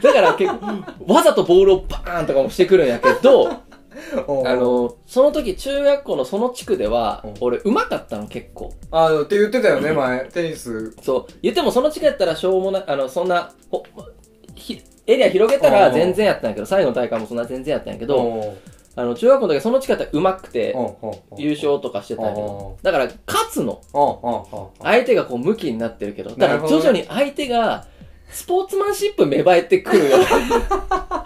[SPEAKER 2] だから結構、わざとボールをバーンとかもしてくるんやけど、あ
[SPEAKER 1] うん
[SPEAKER 2] の、その時中学校のその地区では
[SPEAKER 1] うん、
[SPEAKER 2] 俺上手かったの結構。
[SPEAKER 1] あの、って言ってたよね、前。テニス。
[SPEAKER 2] そう、言ってもその地区やったらしょうもない、あの、そんな、ほひエリア広げたら全然やったんやけど、最後の大会もそんな全然やったんやけ
[SPEAKER 1] う
[SPEAKER 2] ど、
[SPEAKER 1] んうん
[SPEAKER 2] あの、中学校の時はその地区やったら上手くて、
[SPEAKER 1] うん
[SPEAKER 2] 優勝とかしてたんやけど、だから勝つの。
[SPEAKER 1] うんうんうん
[SPEAKER 2] 相手がこう向きになってるけど、だ
[SPEAKER 1] な
[SPEAKER 2] か
[SPEAKER 1] るほ
[SPEAKER 2] ら
[SPEAKER 1] ど
[SPEAKER 2] 徐
[SPEAKER 1] ね
[SPEAKER 2] 々に相手が、スポーツマンシップ芽生えて くるよ。ガ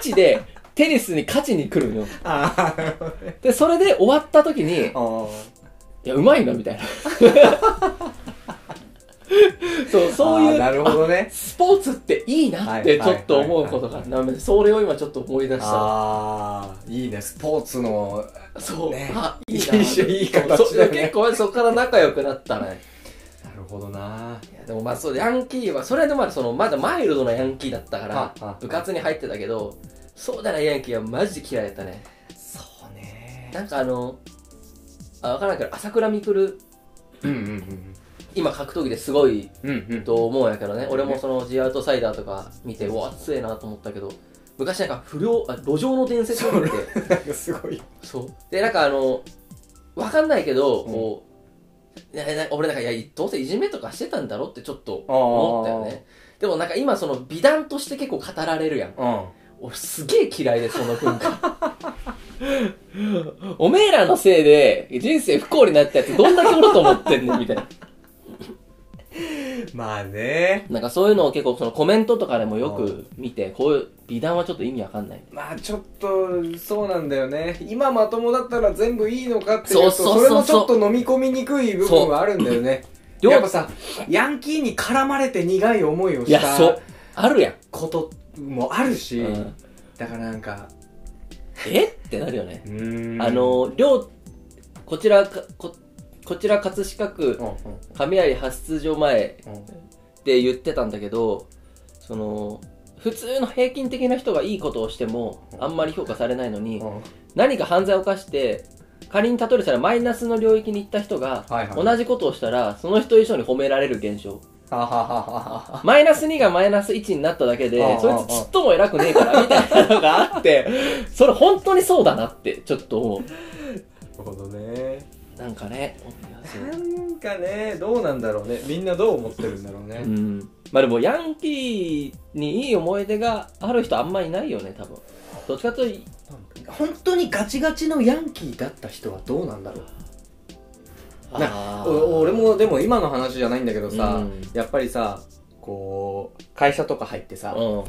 [SPEAKER 2] チで、テニスに勝ちに来るよ。
[SPEAKER 1] ああ、なるほどね。
[SPEAKER 2] で、それで終わった時に、いや、うまいな、みたい な。そう、そう
[SPEAKER 1] あ
[SPEAKER 2] い
[SPEAKER 1] ー
[SPEAKER 2] う、
[SPEAKER 1] なるほど
[SPEAKER 2] あ
[SPEAKER 1] ね。
[SPEAKER 2] スポーツっていいなってち
[SPEAKER 1] はい
[SPEAKER 2] ょっと思うこと
[SPEAKER 1] は
[SPEAKER 2] が
[SPEAKER 1] いはい
[SPEAKER 2] なので、それを今ちょっと思い出した。
[SPEAKER 1] ああ、いいね、スポーツの。
[SPEAKER 2] そう
[SPEAKER 1] ね、
[SPEAKER 2] あ、いいな。
[SPEAKER 1] いいしいい形だね
[SPEAKER 2] そうそう結構そこから仲良くなったね。
[SPEAKER 1] なるほどな。
[SPEAKER 2] いやでもまあそうヤンキーはそれでまだそのまだマイルドなヤンキーだった
[SPEAKER 1] は
[SPEAKER 2] か
[SPEAKER 1] あは
[SPEAKER 2] ら
[SPEAKER 1] あ
[SPEAKER 2] 部活に入ってたけどそうじゃないヤンキーはマジで嫌いだったね
[SPEAKER 1] そうね。
[SPEAKER 2] なんかあのあ分からんけど朝倉未来
[SPEAKER 1] うんうん
[SPEAKER 2] 今格闘技ですごい
[SPEAKER 1] うん。うんうん。
[SPEAKER 2] と思うんやけどね俺もそのジアウトサイダーとか見てうわ強いなと思ったけど昔なんか不良あ路上の伝説を見て
[SPEAKER 1] なんかすごい。
[SPEAKER 2] そうでなんかあの分かんないけど、
[SPEAKER 1] うん
[SPEAKER 2] こういやな俺なんかいやどうせいじめとかしてたんだろってちょっと
[SPEAKER 1] あー
[SPEAKER 2] 思ったよねでもなんか今その美談として結構語られるやん
[SPEAKER 1] うん。
[SPEAKER 2] 俺すげえ嫌いでその文化 おめえらのせいで人生不幸になったやつどんだけおると思って んねんみたいな
[SPEAKER 1] まあね。
[SPEAKER 2] なんかそういうのを結構そのコメントとかでもよく見てこういう美談はちょっと意味わかんない
[SPEAKER 1] まあちょっと、そうなんだよね。今まともだったら全部いいのかっていう
[SPEAKER 2] そう
[SPEAKER 1] と、
[SPEAKER 2] そうそうそ
[SPEAKER 1] そ
[SPEAKER 2] う
[SPEAKER 1] れもちょっと飲み込みにくい部分はあるんだよね。
[SPEAKER 2] そう
[SPEAKER 1] やっぱさ、ヤンキーに絡まれて苦い思いを
[SPEAKER 2] い
[SPEAKER 1] し
[SPEAKER 2] や
[SPEAKER 1] た
[SPEAKER 2] そうあるやん、
[SPEAKER 1] こともあるし、
[SPEAKER 2] うん
[SPEAKER 1] だからなんか、
[SPEAKER 2] えってなるよね
[SPEAKER 1] うーん
[SPEAKER 2] あ、の両こちらかここちら葛飾区
[SPEAKER 1] うんうん
[SPEAKER 2] 雷発出所前
[SPEAKER 1] うん
[SPEAKER 2] って言ってたんだけどその普通の平均的な人がいいことをしてもあんまり評価されないのに、
[SPEAKER 1] うん
[SPEAKER 2] 何か犯罪を犯して仮に例えるたらマイナスの領域に行った人が
[SPEAKER 1] はいはい
[SPEAKER 2] 同じことをしたらその人以上に褒められる現象
[SPEAKER 1] ははははは
[SPEAKER 2] マイナス2がマイナス1になっただけ
[SPEAKER 1] あ
[SPEAKER 2] で
[SPEAKER 1] あ
[SPEAKER 2] そいつちっとも偉くねえからみたいなのがあってそれ本当にそうだなってちょっと思
[SPEAKER 1] なるほどね
[SPEAKER 2] うなんかね
[SPEAKER 1] なんかねどうなんだろうねみんなどう思ってるんだろうね
[SPEAKER 2] うんまあでもヤンキーにいい思い出がある人あんまいないよね多分どっちかというと
[SPEAKER 1] 本当にガチガチのヤンキーだった人はどうなんだろう
[SPEAKER 2] あー
[SPEAKER 1] お俺もでも今の話じゃないんだけどさ、
[SPEAKER 2] うん
[SPEAKER 1] やっぱりさこう会社とか入ってさ、
[SPEAKER 2] うん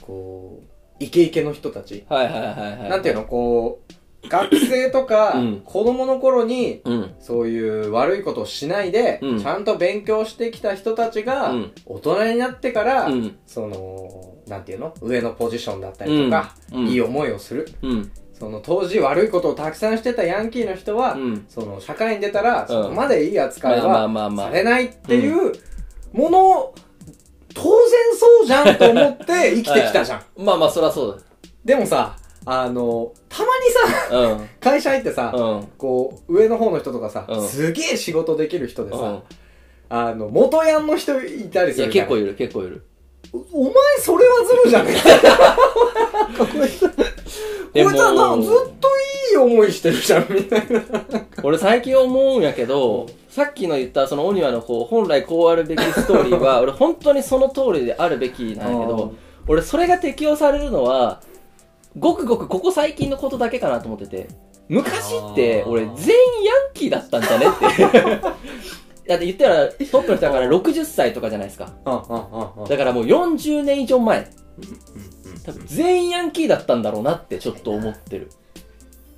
[SPEAKER 1] こうイケイケの人たち、
[SPEAKER 2] はいはいはいはい
[SPEAKER 1] なんていうのこう学生とか、
[SPEAKER 2] うん
[SPEAKER 1] 子供の頃に
[SPEAKER 2] うん
[SPEAKER 1] そういう悪いことをしないで、
[SPEAKER 2] うん
[SPEAKER 1] ちゃんと勉強してきた人たちが、
[SPEAKER 2] うん
[SPEAKER 1] 大人になってから、
[SPEAKER 2] うん
[SPEAKER 1] その、なんていうの上のポジションだったりとか、
[SPEAKER 2] うんうん
[SPEAKER 1] いい思いをする。
[SPEAKER 2] うん
[SPEAKER 1] その当時悪いことをたくさんしてたヤンキーの人は、
[SPEAKER 2] うん
[SPEAKER 1] その社会に出たら、そこまでいい扱い
[SPEAKER 2] まあまあ
[SPEAKER 1] は
[SPEAKER 2] まあまあ
[SPEAKER 1] されないっていうものを、当然そうじゃんと思って生きてきたじゃん
[SPEAKER 2] は。いまあまあそりゃそう
[SPEAKER 1] でもさ、あの、たまにさ、
[SPEAKER 2] だうん
[SPEAKER 1] 会社入ってさ、
[SPEAKER 2] うん
[SPEAKER 1] こう、上の方の人とかさ、
[SPEAKER 2] うん
[SPEAKER 1] すげえ仕事できる人でさ、
[SPEAKER 2] うん
[SPEAKER 1] あの、元ヤンの人いたり
[SPEAKER 2] い
[SPEAKER 1] す
[SPEAKER 2] や
[SPEAKER 1] るじゃ
[SPEAKER 2] 結
[SPEAKER 1] ん
[SPEAKER 2] 構いる結構いる
[SPEAKER 1] お前それはずるじゃねえか。こいつ、こいつ
[SPEAKER 2] でも
[SPEAKER 1] はなずっといい思いしてるじゃん、みたいな。
[SPEAKER 2] 俺最近思うんやけど、さっきの言ったそのオニワのこう本来こうあるべきストーリー は俺本当にその通りであるべきなんやけ
[SPEAKER 1] う
[SPEAKER 2] ど
[SPEAKER 1] ん
[SPEAKER 2] 俺それが適用されるのはごくごくここ最近のことだけかなと思ってて昔って
[SPEAKER 1] あー
[SPEAKER 2] 俺全員ヤンキーだったんじゃねって だって言ったらトップの人だから60歳とかじゃないですかだからもう40年以上前多分全員ヤンキーだったんだろうなってちょっと思ってる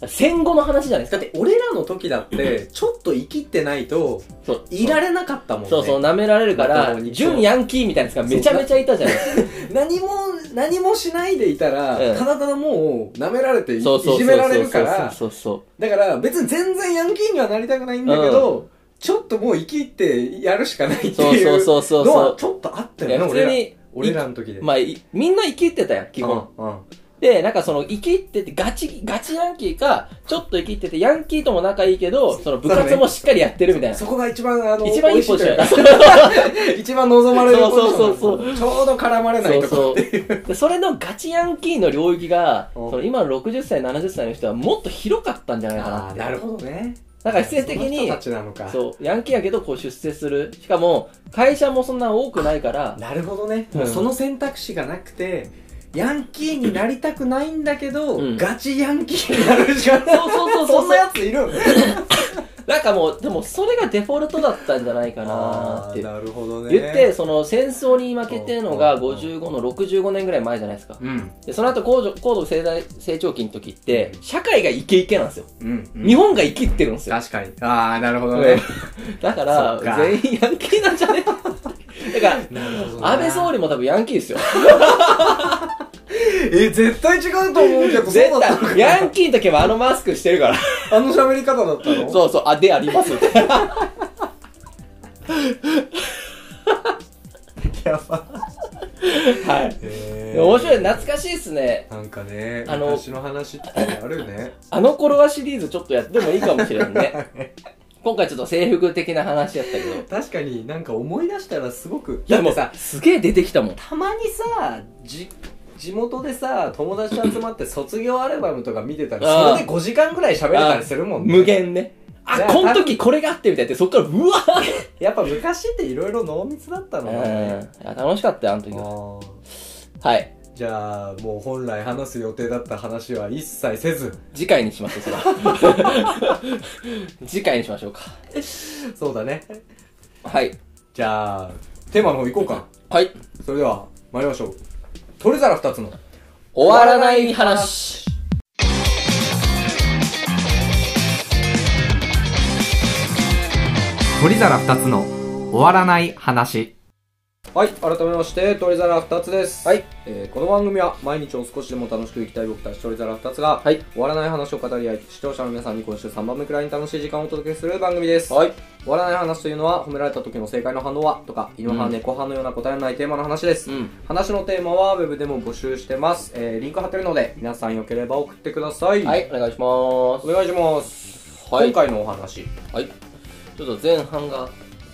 [SPEAKER 2] 戦後の話じゃないです
[SPEAKER 1] だっ
[SPEAKER 2] か
[SPEAKER 1] て、俺らの時だって、ちょっと生きってないと、
[SPEAKER 2] そう
[SPEAKER 1] いられなかったもんね。
[SPEAKER 2] そうそう、舐められるか
[SPEAKER 1] ま
[SPEAKER 2] ら
[SPEAKER 1] とも、に
[SPEAKER 2] 純ヤンキーみたいなやつがめちゃめちゃいたじゃないですか。
[SPEAKER 1] 何も、何もしないでいたら、
[SPEAKER 2] うん
[SPEAKER 1] ただただもう、舐められてい、い
[SPEAKER 2] そうそうそう。
[SPEAKER 1] じめられるから、
[SPEAKER 2] そうそう
[SPEAKER 1] だから別に全然ヤンキーにはなりたくないんだけど、ちょっともう生きってやるしかないって
[SPEAKER 2] そう。そう
[SPEAKER 1] い
[SPEAKER 2] そう
[SPEAKER 1] う
[SPEAKER 2] そうそう
[SPEAKER 1] のは
[SPEAKER 2] そ
[SPEAKER 1] ちょっとあった
[SPEAKER 2] う。
[SPEAKER 1] よ
[SPEAKER 2] いや
[SPEAKER 1] ね、
[SPEAKER 2] 普通
[SPEAKER 1] 俺ら。
[SPEAKER 2] に、
[SPEAKER 1] 俺らの時で。
[SPEAKER 2] まあ、いみんな生きってたやん、基本。
[SPEAKER 1] うんうん
[SPEAKER 2] で、なんかその、生きってて、ガチ、ガチヤンキーか、ちょっと生きってて、ヤンキーとも仲いいけど、その部活もしっかりやってるみたいな。
[SPEAKER 1] そこが一番、あの、
[SPEAKER 2] 一番いいポジション
[SPEAKER 1] 美
[SPEAKER 2] や。
[SPEAKER 1] 味し
[SPEAKER 2] そ
[SPEAKER 1] い
[SPEAKER 2] う
[SPEAKER 1] とい うか一番望まれるポジション。
[SPEAKER 2] そうそう
[SPEAKER 1] そう。ちょうど絡まれないとこ
[SPEAKER 2] そう。でそれのガチヤンキーの領域が、
[SPEAKER 1] うん
[SPEAKER 2] その今の60歳、70歳の人はもっと広かったんじゃないか
[SPEAKER 1] あ
[SPEAKER 2] なっ
[SPEAKER 1] ー
[SPEAKER 2] て。
[SPEAKER 1] なるほどね。
[SPEAKER 2] なんか必然的
[SPEAKER 1] その
[SPEAKER 2] に
[SPEAKER 1] 人た、ちなのか。
[SPEAKER 2] そう、ヤンキーやけど、こう出世する。しかも、会社もそんな多くないから、
[SPEAKER 1] なるほどね。
[SPEAKER 2] うん
[SPEAKER 1] もうその選択肢がなくて、ヤンキーになりたくないんだけど、
[SPEAKER 2] うん
[SPEAKER 1] ガチヤンキーになるしかない。
[SPEAKER 2] そうそうそうそう
[SPEAKER 1] そんなやついる
[SPEAKER 2] なんかもう、でもそれがデフォルトだったんじゃないかなって。
[SPEAKER 1] るほど
[SPEAKER 2] 言って、その戦争に負けてるのが
[SPEAKER 1] うんうんうん
[SPEAKER 2] 55の65年ぐらい前じゃないですか。
[SPEAKER 1] うん。
[SPEAKER 2] で、その後高度、高度経済成長期の時って、社会がイケイケなんですよ。
[SPEAKER 1] うん。
[SPEAKER 2] 日本が生きってるんですよ。
[SPEAKER 1] 確かに。ああ、なるほどね。
[SPEAKER 2] だから、
[SPEAKER 1] そっか
[SPEAKER 2] 全員ヤンキーなんじゃねだから、安倍総
[SPEAKER 1] 理。
[SPEAKER 2] 理も多分ヤンキーですよ。
[SPEAKER 1] え、絶対違うと思うけど、そうだ
[SPEAKER 2] 絶
[SPEAKER 1] ったのか
[SPEAKER 2] 対、ヤンキーの時はあのマスクしてるから。
[SPEAKER 1] あの喋り方だったの
[SPEAKER 2] そうそう、あ、であります。
[SPEAKER 1] やば。
[SPEAKER 2] はい。
[SPEAKER 1] へー
[SPEAKER 2] 面白い、懐かしいっすね。
[SPEAKER 1] なんかね、
[SPEAKER 2] あの
[SPEAKER 1] 昔の話ってあるよね。
[SPEAKER 2] あの頃はシリーズちょっとやってもいいかもしれんね。 今回ちょっと制服的な話やったけど。
[SPEAKER 1] 確かになんか思い出したらすごく。
[SPEAKER 2] いやもう
[SPEAKER 1] だっ
[SPEAKER 2] さ
[SPEAKER 1] て、
[SPEAKER 2] すげえ出てきたもん。
[SPEAKER 1] たまにさ、じ、地元でさ、友達と集まって卒業アルバムとか見てた
[SPEAKER 2] あ
[SPEAKER 1] ら、そ
[SPEAKER 2] あ
[SPEAKER 1] れで5時間ぐらい喋れたりするもん
[SPEAKER 2] 無。限ね。あ
[SPEAKER 1] じ、ゃあ
[SPEAKER 2] この時これがあってみたいって、そっから、うわ
[SPEAKER 1] やっぱ昔っていろいろ濃密だったのね。
[SPEAKER 2] うん。いや楽しかったよ、あの時は。
[SPEAKER 1] あ
[SPEAKER 2] はい。
[SPEAKER 1] じゃあもう本来話す予定だった話は一切せず
[SPEAKER 2] 次回にしましょう、それは 次回にしましょうか。
[SPEAKER 1] そうだね
[SPEAKER 2] はい。
[SPEAKER 1] じゃあテーマの方行こうか
[SPEAKER 2] はい。
[SPEAKER 1] それでは参りましょう取れ皿2つの
[SPEAKER 2] 終わらない話。
[SPEAKER 1] 鳥皿2つの終わらない話はい改めまして鳥皿2つです、
[SPEAKER 2] はい
[SPEAKER 1] えーこの番組は毎日を少しでも楽しく生きたい僕たち鳥皿2つが、
[SPEAKER 2] はい
[SPEAKER 1] 終わらない話を語り合い視聴者の皆さんに今週3番目くらいに楽しい時間をお届けする番組です、
[SPEAKER 2] はい。
[SPEAKER 1] 終わらない話というのは褒められた時の正解の反応はとか犬派、
[SPEAKER 2] うん
[SPEAKER 1] 猫派のような答えのないテーマの話です、
[SPEAKER 2] うん。
[SPEAKER 1] 話のテーマはウェブでも募集してます、えーリンク貼ってるので皆さんよければ送ってください、
[SPEAKER 2] はい、お願いします
[SPEAKER 1] お。願いします、
[SPEAKER 2] はい
[SPEAKER 1] 今回のお話
[SPEAKER 2] はい。ちょっと前半が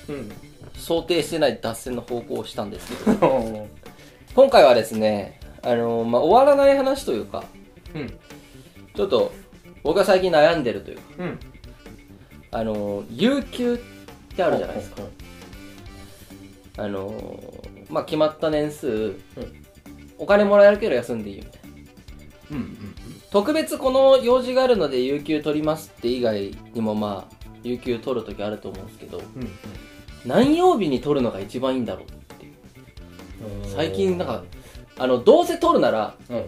[SPEAKER 1] うん
[SPEAKER 2] 想定してない脱線の方向をしたんですけど、今回はですね、あのまあ、終わらない話というか、
[SPEAKER 1] うん
[SPEAKER 2] ちょっと、僕が最近悩んでるというか、
[SPEAKER 1] うん
[SPEAKER 2] あの有給ってあるじゃないですか。あのまあ、決まった年数、お金もらえるけど休んでいいよみたいな。
[SPEAKER 1] うんうん
[SPEAKER 2] 特別この用事があるので有給取りますって以外にもまあ有給取るときあると思うんですけど
[SPEAKER 1] うん
[SPEAKER 2] 何曜日に取るのが一番いいんだろうっていう
[SPEAKER 1] うん
[SPEAKER 2] 最近なんかあのどうせ取るなら
[SPEAKER 1] うん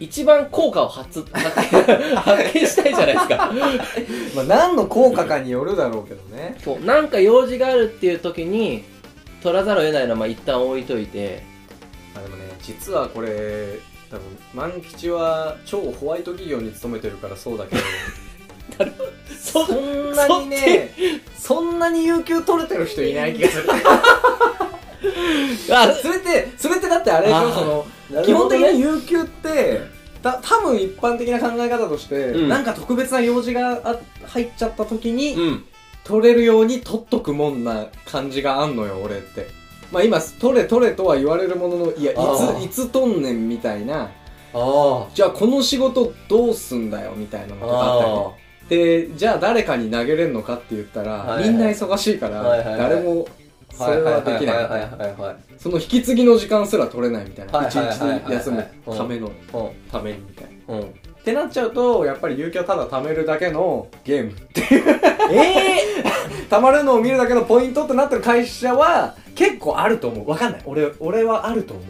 [SPEAKER 2] 一番効果を発 発見したいじゃないですか
[SPEAKER 1] まあ、何の効果かによるだろうけどね
[SPEAKER 2] そうなんか用事があるっていう時に取らざるを得ないのはまあ一旦置いといて
[SPEAKER 1] あでもね実はこれ多分万吉は超ホワイト企業に勤めてるからそうだけど
[SPEAKER 2] そ
[SPEAKER 1] そんなにねそんなに有給取れてる人いない気がする
[SPEAKER 2] あ
[SPEAKER 1] それってそれってだってあれでし
[SPEAKER 2] あ
[SPEAKER 1] ょ
[SPEAKER 2] ー
[SPEAKER 1] その
[SPEAKER 2] な
[SPEAKER 1] 基
[SPEAKER 2] る
[SPEAKER 1] 本
[SPEAKER 2] ほど
[SPEAKER 1] 的
[SPEAKER 2] ね
[SPEAKER 1] に有給ってた多分一般的な考え方として、
[SPEAKER 2] うん
[SPEAKER 1] なんか特別な用事があ入っちゃった時に、
[SPEAKER 2] うん
[SPEAKER 1] 取れるように取っとくもんな感じがあんのよ俺ってまあ今取れ取れとは言われるもののいやい
[SPEAKER 2] あ
[SPEAKER 1] つ
[SPEAKER 2] ー
[SPEAKER 1] いつ取んねんみたいな
[SPEAKER 2] あ
[SPEAKER 1] じゃあこの仕事どうすんだよみたいなのがあったり
[SPEAKER 2] あ
[SPEAKER 1] でじゃあ誰かに投げれんのかって言ったら、
[SPEAKER 2] はいはい
[SPEAKER 1] みんな忙しいから、
[SPEAKER 2] はいはいはい
[SPEAKER 1] 誰もそれはできないみたいな
[SPEAKER 2] はいはい
[SPEAKER 1] その引き継ぎの時間すら取れないみたい
[SPEAKER 2] は
[SPEAKER 1] ない一
[SPEAKER 2] はいはいはい
[SPEAKER 1] 日休むための
[SPEAKER 2] はい
[SPEAKER 1] ためにみたいな
[SPEAKER 2] うんうん
[SPEAKER 1] ってなっちゃうとやっぱり有給をただ貯めるだけのゲーム
[SPEAKER 2] ええ
[SPEAKER 1] たまるのを見るだけのポイントってなってる会社は結構あると思うわかんない俺俺はあると思う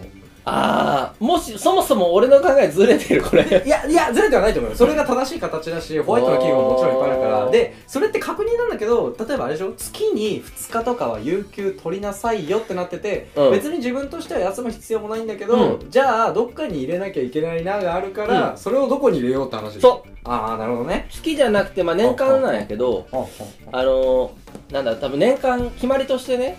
[SPEAKER 2] ああ、もし、そもそも俺の考えずれてる、これ。
[SPEAKER 1] いやいやずれてはないと思うよそれが正しい形だしホワイトの企業ももちろんいっぱいあるから
[SPEAKER 2] あー
[SPEAKER 1] でそれって確認なんだけど例えばあれでしょ月に2日とかは有給取りなさいよってなってて、
[SPEAKER 2] うん
[SPEAKER 1] 別に自分としては休む必要もないんだけど、じゃあどっかに入れなきゃいけないながあるから、
[SPEAKER 2] う
[SPEAKER 1] それをどこに入れようって話
[SPEAKER 2] そう
[SPEAKER 1] ああなるほどね
[SPEAKER 2] 月じゃなくて、まあ年間なんやけど、あのー、なんだ、多分年間決まりとしてね、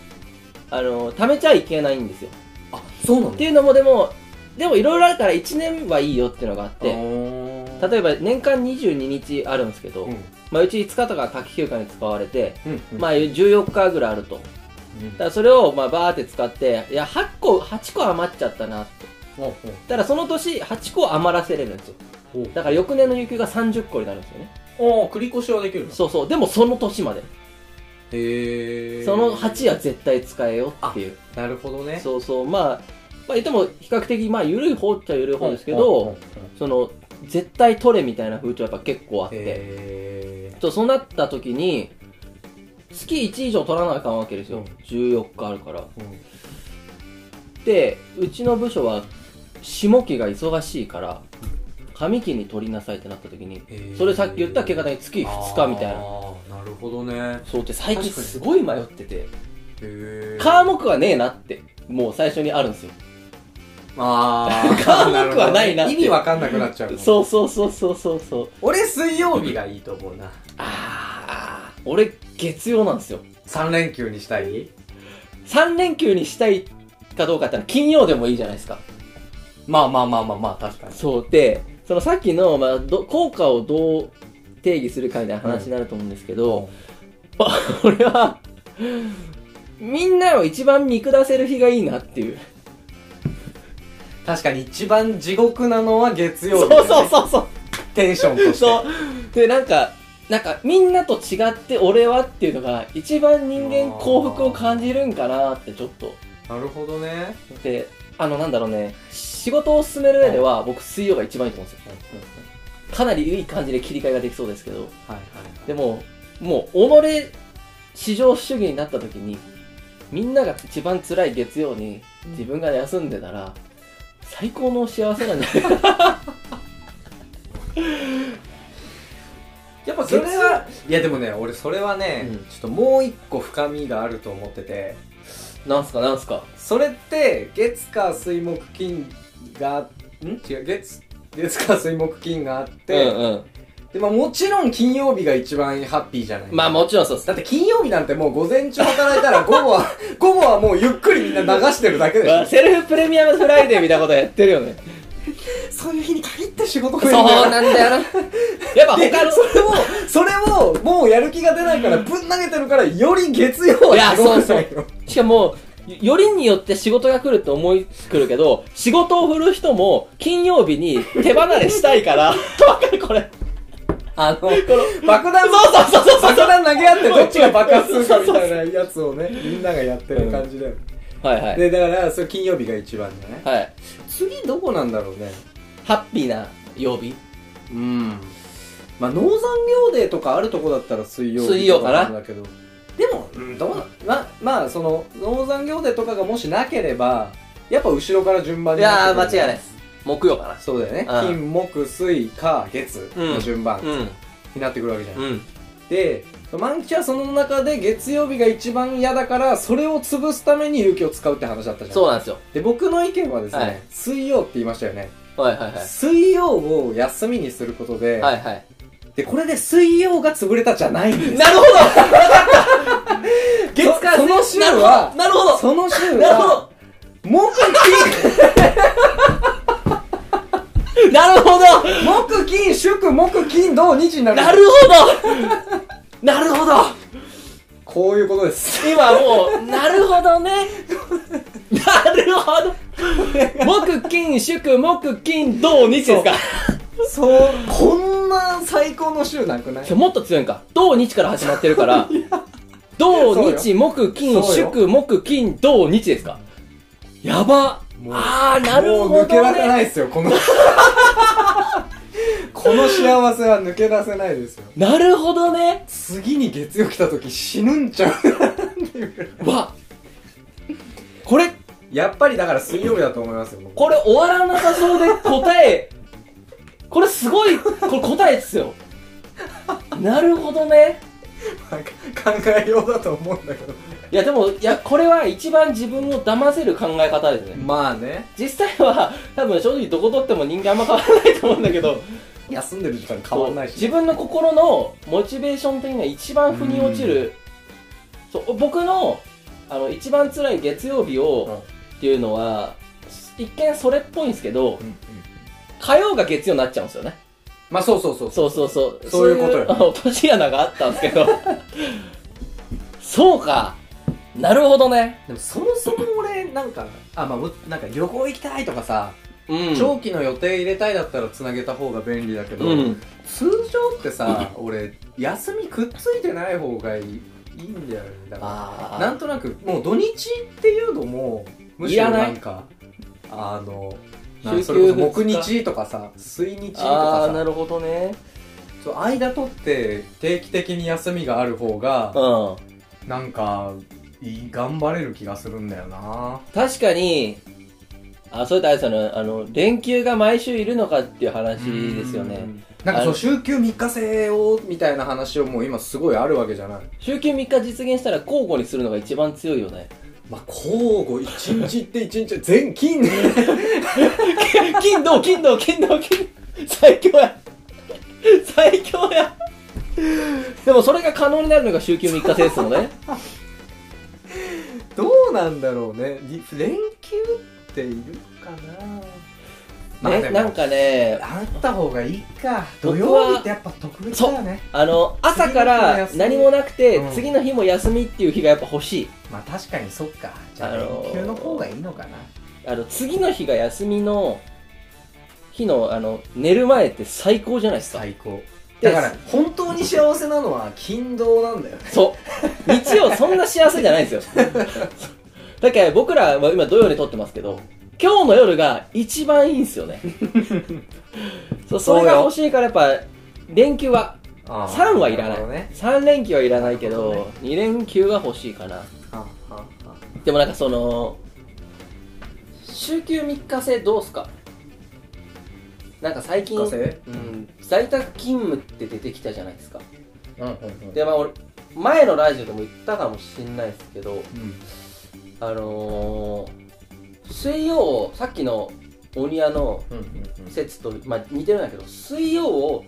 [SPEAKER 2] あのー、貯めちゃいけないんですよ。
[SPEAKER 1] あそうなん
[SPEAKER 2] っていうのも、でも、でもいろいろあるから1年はいいよっていうのがあって、
[SPEAKER 1] 例
[SPEAKER 2] 例えば年間22日あるんですけど、うまあうち5日とか夏季休暇に使われて、まあ14日ぐらいあると。だからそれをまあバーって使って、いや、8個、8個余っちゃったなって。だからその年8個余らせれるんですよ。だから翌年の有給が30個になるんですよね。
[SPEAKER 1] おお繰り越しはできるの
[SPEAKER 2] そうそう。でもその年まで。
[SPEAKER 1] へえ
[SPEAKER 2] その8は絶対使えよっていう。
[SPEAKER 1] なるほどね
[SPEAKER 2] そうそう。まあ、まあ言っても比較的、まあ、緩い方っちゃ緩い方ですけど、その、絶対取れみたいな風潮やっぱ結構あって。
[SPEAKER 1] へ
[SPEAKER 2] そうそうなった時に、月1以上取らなあかんわけです
[SPEAKER 1] うん
[SPEAKER 2] よ。14日あるから。
[SPEAKER 1] え
[SPEAKER 2] で、うちの部署は、下期が忙しいから、上期に取りなさいってなった時に、それさっき言った結果的に月2日みたいな。
[SPEAKER 1] なるほどね
[SPEAKER 2] そうって最近
[SPEAKER 1] 確かに
[SPEAKER 2] すごい迷ってて、
[SPEAKER 1] へえ
[SPEAKER 2] 科目はねえなって、もう最初にあるんですよ。
[SPEAKER 1] あー
[SPEAKER 2] 科目はないなって
[SPEAKER 1] 意味わかんなくなっちゃう
[SPEAKER 2] そうそうそうそうそうそう。
[SPEAKER 1] 俺水曜日がいいと思うな
[SPEAKER 2] あー、俺月曜なんですよ。
[SPEAKER 1] 3連休にしたい
[SPEAKER 2] 3連休にしたいかどうかってのは金曜でもいいじゃないですか。
[SPEAKER 1] まあまあまあまあまあ確かに
[SPEAKER 2] そうで、そのさっきの、まあ、ど効果をどう定義するかみたいな話になると思うんですけど、 俺は、みんなを一番見下せる日がいいなっていう。
[SPEAKER 1] 確かに一番地獄なのは月曜
[SPEAKER 2] そ
[SPEAKER 1] 日
[SPEAKER 2] う
[SPEAKER 1] だね
[SPEAKER 2] そうそうそう。
[SPEAKER 1] テンションとして
[SPEAKER 2] そう。で、なんか、なんか、みんなと違って俺はっていうのが、一番人間幸福を感じるんかなってちょっと。
[SPEAKER 1] なるほどね
[SPEAKER 2] で、あの、なんだろうね、仕仕事を進める上では、僕、水曜が一番いいと思うんですよ。かなりいい感じで切り替えができそうですけど、
[SPEAKER 1] はいはい
[SPEAKER 2] でも、もう、己、至上主義になった時に、みんなが一番辛い月曜に自分が休んでたら、最高の幸せなんじゃ ないかな。
[SPEAKER 1] やっぱそれはいやでもね俺それはね、
[SPEAKER 2] うん
[SPEAKER 1] ちょっともう一個深みがあると思ってて
[SPEAKER 2] なんすか、なんすか。
[SPEAKER 1] それって月火水木金がん違う月月火水木金があって、
[SPEAKER 2] うんうん。
[SPEAKER 1] でまあ、もちろん金曜日が一番ハッピーじゃない
[SPEAKER 2] まあもちろんそうです。
[SPEAKER 1] だって金曜日なんてもう午前中働いたら午後は 午後はもうゆっくりみんな流してるだけでしょ
[SPEAKER 2] セルフプレミアムフライデーみたいなことやってるよね。
[SPEAKER 1] そういう日に限って仕事増
[SPEAKER 2] そ
[SPEAKER 1] える
[SPEAKER 2] う
[SPEAKER 1] んだよ
[SPEAKER 2] なんだよな。やっぱ
[SPEAKER 1] で
[SPEAKER 2] 他の、
[SPEAKER 1] それをそれをもうやる気が出ないからぶん投げてるからより月曜
[SPEAKER 2] いや
[SPEAKER 1] はすごく
[SPEAKER 2] そう
[SPEAKER 1] ないの
[SPEAKER 2] しかも、よりによって仕事が来るって思いくるけど、仕事を振る人も金曜日に手離れしたいから、わ かるこれ。
[SPEAKER 1] あの爆弾
[SPEAKER 2] そうそうそうそうそう。
[SPEAKER 1] 爆弾投げ合ってどっちが爆発するかみたいなやつをねみんながやってる感じだよ、
[SPEAKER 2] はいはい。
[SPEAKER 1] でだからそれ金曜日が一番だね
[SPEAKER 2] はい。
[SPEAKER 1] 次どこなんだろうね
[SPEAKER 2] ハッピーな曜日
[SPEAKER 1] うんまあ農産業デーとかあるとこだったら水曜日と
[SPEAKER 2] 水曜かなん
[SPEAKER 1] だけどでも、うん、どうなままあその農産業デーとかがもしなければやっぱ後ろから順番
[SPEAKER 2] い
[SPEAKER 1] にな
[SPEAKER 2] や
[SPEAKER 1] っ
[SPEAKER 2] ー、
[SPEAKER 1] てく
[SPEAKER 2] 間
[SPEAKER 1] る
[SPEAKER 2] 違いないです。木曜かな。
[SPEAKER 1] そうだよね
[SPEAKER 2] うん
[SPEAKER 1] 金木水火月の順番
[SPEAKER 2] うん。
[SPEAKER 1] になってくるわけじゃない、
[SPEAKER 2] うん。
[SPEAKER 1] で満吉はその中で月曜日が一番嫌だからそれを潰すために勇気を使うって話だったじゃん
[SPEAKER 2] そうなんですよ。
[SPEAKER 1] で僕の意見はですね、
[SPEAKER 2] はい
[SPEAKER 1] 水曜って言いましたよね、
[SPEAKER 2] はいはいはい。
[SPEAKER 1] 水曜を休みにすることで、
[SPEAKER 2] はいはい。
[SPEAKER 1] でこれで水曜が潰れたじゃないんです
[SPEAKER 2] なるほど
[SPEAKER 1] 月火水
[SPEAKER 2] なるほどなるほど
[SPEAKER 1] その週
[SPEAKER 2] なるほど
[SPEAKER 1] は木
[SPEAKER 2] なるほど
[SPEAKER 1] 金木金祝木金土日になる
[SPEAKER 2] なるほどなるほど
[SPEAKER 1] こういうことです
[SPEAKER 2] 今もう、なるほどね。なるほど。木、金、祝、木、金、土、日ですか。
[SPEAKER 1] そうこんな最高の週なくない
[SPEAKER 2] もっと強いんか。土、日から始まってるから。土、
[SPEAKER 1] そう
[SPEAKER 2] 日、木、金、
[SPEAKER 1] そうよ
[SPEAKER 2] 祝、木、金、土、日ですか。やば
[SPEAKER 1] も。う
[SPEAKER 2] あー、なるほ
[SPEAKER 1] もう
[SPEAKER 2] ど、
[SPEAKER 1] 抜け出せ
[SPEAKER 2] ね。
[SPEAKER 1] ないですよこの この幸せは抜け出せないですよ
[SPEAKER 2] なるほどね。
[SPEAKER 1] 次に月曜来た時死ぬんちゃうっていう
[SPEAKER 2] わ。これ、
[SPEAKER 1] やっぱりだから水曜日だと思いますよ僕
[SPEAKER 2] これ終わらなさそうで答え、これすごい、これ答えですよ。なるほどね。
[SPEAKER 1] なんか考えようだと思うんだけど
[SPEAKER 2] いやでも、いや、これは一番自分を騙せる考え方ですね。
[SPEAKER 1] まあね
[SPEAKER 2] 実際は、多分正直どこ取っても人間あんま変わらないと思うんだけど、
[SPEAKER 1] 休んでる時間変わんない
[SPEAKER 2] こう
[SPEAKER 1] し
[SPEAKER 2] 自分の心のモチベーション的には一番腑に落ちる、そう僕の、あの、一番辛い月曜日
[SPEAKER 1] うん
[SPEAKER 2] を、っていうのは、一見それっぽいんですけど
[SPEAKER 1] う、んうん
[SPEAKER 2] 火曜が月曜になっちゃうんですよね。
[SPEAKER 1] まあそうそうそう
[SPEAKER 2] そうそうそう。
[SPEAKER 1] そういうことよね
[SPEAKER 2] そういう落とし穴があったんですけど。 そうか。なるほどね。
[SPEAKER 1] でもそもそも俺なんかあまあもなんか旅行行きたいとかさ、
[SPEAKER 2] うん
[SPEAKER 1] 長期の予定入れたいだったらつなげた方が便利だけど、
[SPEAKER 2] うん。
[SPEAKER 1] 通常ってさ俺休みくっついてない方がいいいいんだよねだか
[SPEAKER 2] あ
[SPEAKER 1] ら
[SPEAKER 2] あ。
[SPEAKER 1] なんとなくもう土日っていうのもむしろなんかあのなん
[SPEAKER 2] 週休
[SPEAKER 1] それこそ
[SPEAKER 2] 二
[SPEAKER 1] 木
[SPEAKER 2] 日
[SPEAKER 1] 日とかさ水日と
[SPEAKER 2] あ
[SPEAKER 1] か
[SPEAKER 2] あ、な
[SPEAKER 1] さ
[SPEAKER 2] るほどね。
[SPEAKER 1] そう間取って定期的に休みがある方
[SPEAKER 2] う
[SPEAKER 1] が
[SPEAKER 2] ん。
[SPEAKER 1] なんかいい頑張れる気がするんだよな
[SPEAKER 2] 確かに、あ、それとあれですよね、あの、連休が毎週いるのかっていう話ですよ
[SPEAKER 1] う
[SPEAKER 2] ね。
[SPEAKER 1] んなんか
[SPEAKER 2] あ
[SPEAKER 1] そ
[SPEAKER 2] の
[SPEAKER 1] う週休3日制をみたいな話をもう今すごいあるわけじゃない
[SPEAKER 2] 週休3日実現したら交互にするのが一番強いよね。
[SPEAKER 1] まあ交互一日って一日全金ね
[SPEAKER 2] 金土、金土、金土、金土。最強や。最強や。でもそれが可能になるのが週休3日制ですもんね。
[SPEAKER 1] どうなんだろうねり連休っているかな まあ
[SPEAKER 2] ね、
[SPEAKER 1] でも
[SPEAKER 2] なんかね、
[SPEAKER 1] あった方がいいか土
[SPEAKER 2] 僕は
[SPEAKER 1] 曜日ってやっぱ特別だよね
[SPEAKER 2] あの、
[SPEAKER 1] 次
[SPEAKER 2] 朝か
[SPEAKER 1] の日も
[SPEAKER 2] ら
[SPEAKER 1] 休み
[SPEAKER 2] 何もなくて、
[SPEAKER 1] うん
[SPEAKER 2] 次の日も休みっていう日がやっぱ欲しい。
[SPEAKER 1] まあ確かにそっかじゃあ
[SPEAKER 2] あのー
[SPEAKER 1] 連休の方がいいのかな
[SPEAKER 2] あの、次の日が休みの日の、あの、寝る前って最高じゃない ですか。
[SPEAKER 1] 最高だ
[SPEAKER 2] で
[SPEAKER 1] から本当に幸せなのは勤労なんだよね
[SPEAKER 2] そう。日曜そんな幸せじゃないんですよ。だから僕らは今土曜に撮ってますけど、今日の夜が一番いいんすよ ねそうそれが欲しいからやっぱ連休は
[SPEAKER 1] あー
[SPEAKER 2] 3はいらな
[SPEAKER 1] る
[SPEAKER 2] い
[SPEAKER 1] ほどね
[SPEAKER 2] 3連休はいらないけ
[SPEAKER 1] なるほ
[SPEAKER 2] ど2連休は欲しいかな
[SPEAKER 1] あああ
[SPEAKER 2] でもなんかその週休3日制どうすかなんか最近
[SPEAKER 1] 自家製
[SPEAKER 2] うん、在宅勤務って出てきたじゃないですか
[SPEAKER 1] うんうん
[SPEAKER 2] でまあ俺前のラジオでも言ったかもしんないですけど
[SPEAKER 1] うん
[SPEAKER 2] あのー、水曜さっきの大宮の
[SPEAKER 1] うんうん
[SPEAKER 2] 説と、まあ、似てるんだけど水曜を、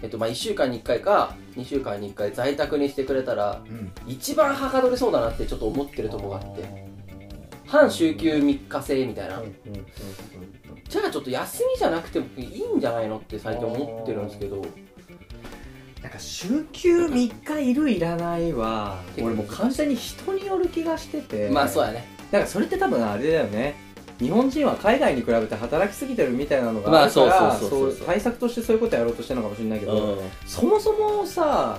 [SPEAKER 2] えっとまあ、1週間に1回か2週間に1回在宅にしてくれたら
[SPEAKER 1] うん
[SPEAKER 2] 一番はかどりそうだなってちょっと思ってるとこがあって半週休3日制みたいな、
[SPEAKER 1] うんうんうんうん
[SPEAKER 2] じゃあちょっと休みじゃなくてもいいんじゃないのって最近思ってるんですけど
[SPEAKER 1] なんか週休3日いるいらないは
[SPEAKER 2] 結構
[SPEAKER 1] 俺もう完全に人による気がしてて
[SPEAKER 2] まあそうやね
[SPEAKER 1] なんかそれって多分あれだよね日本人は海外に比べて働きすぎてるみたいなの
[SPEAKER 2] ま
[SPEAKER 1] が
[SPEAKER 2] あ
[SPEAKER 1] あるから、
[SPEAKER 2] そうそうそうそう
[SPEAKER 1] そう対策としてそういうことやろうとしてるのかもしれないけ
[SPEAKER 2] う
[SPEAKER 1] ど、
[SPEAKER 2] ん
[SPEAKER 1] そもそもさ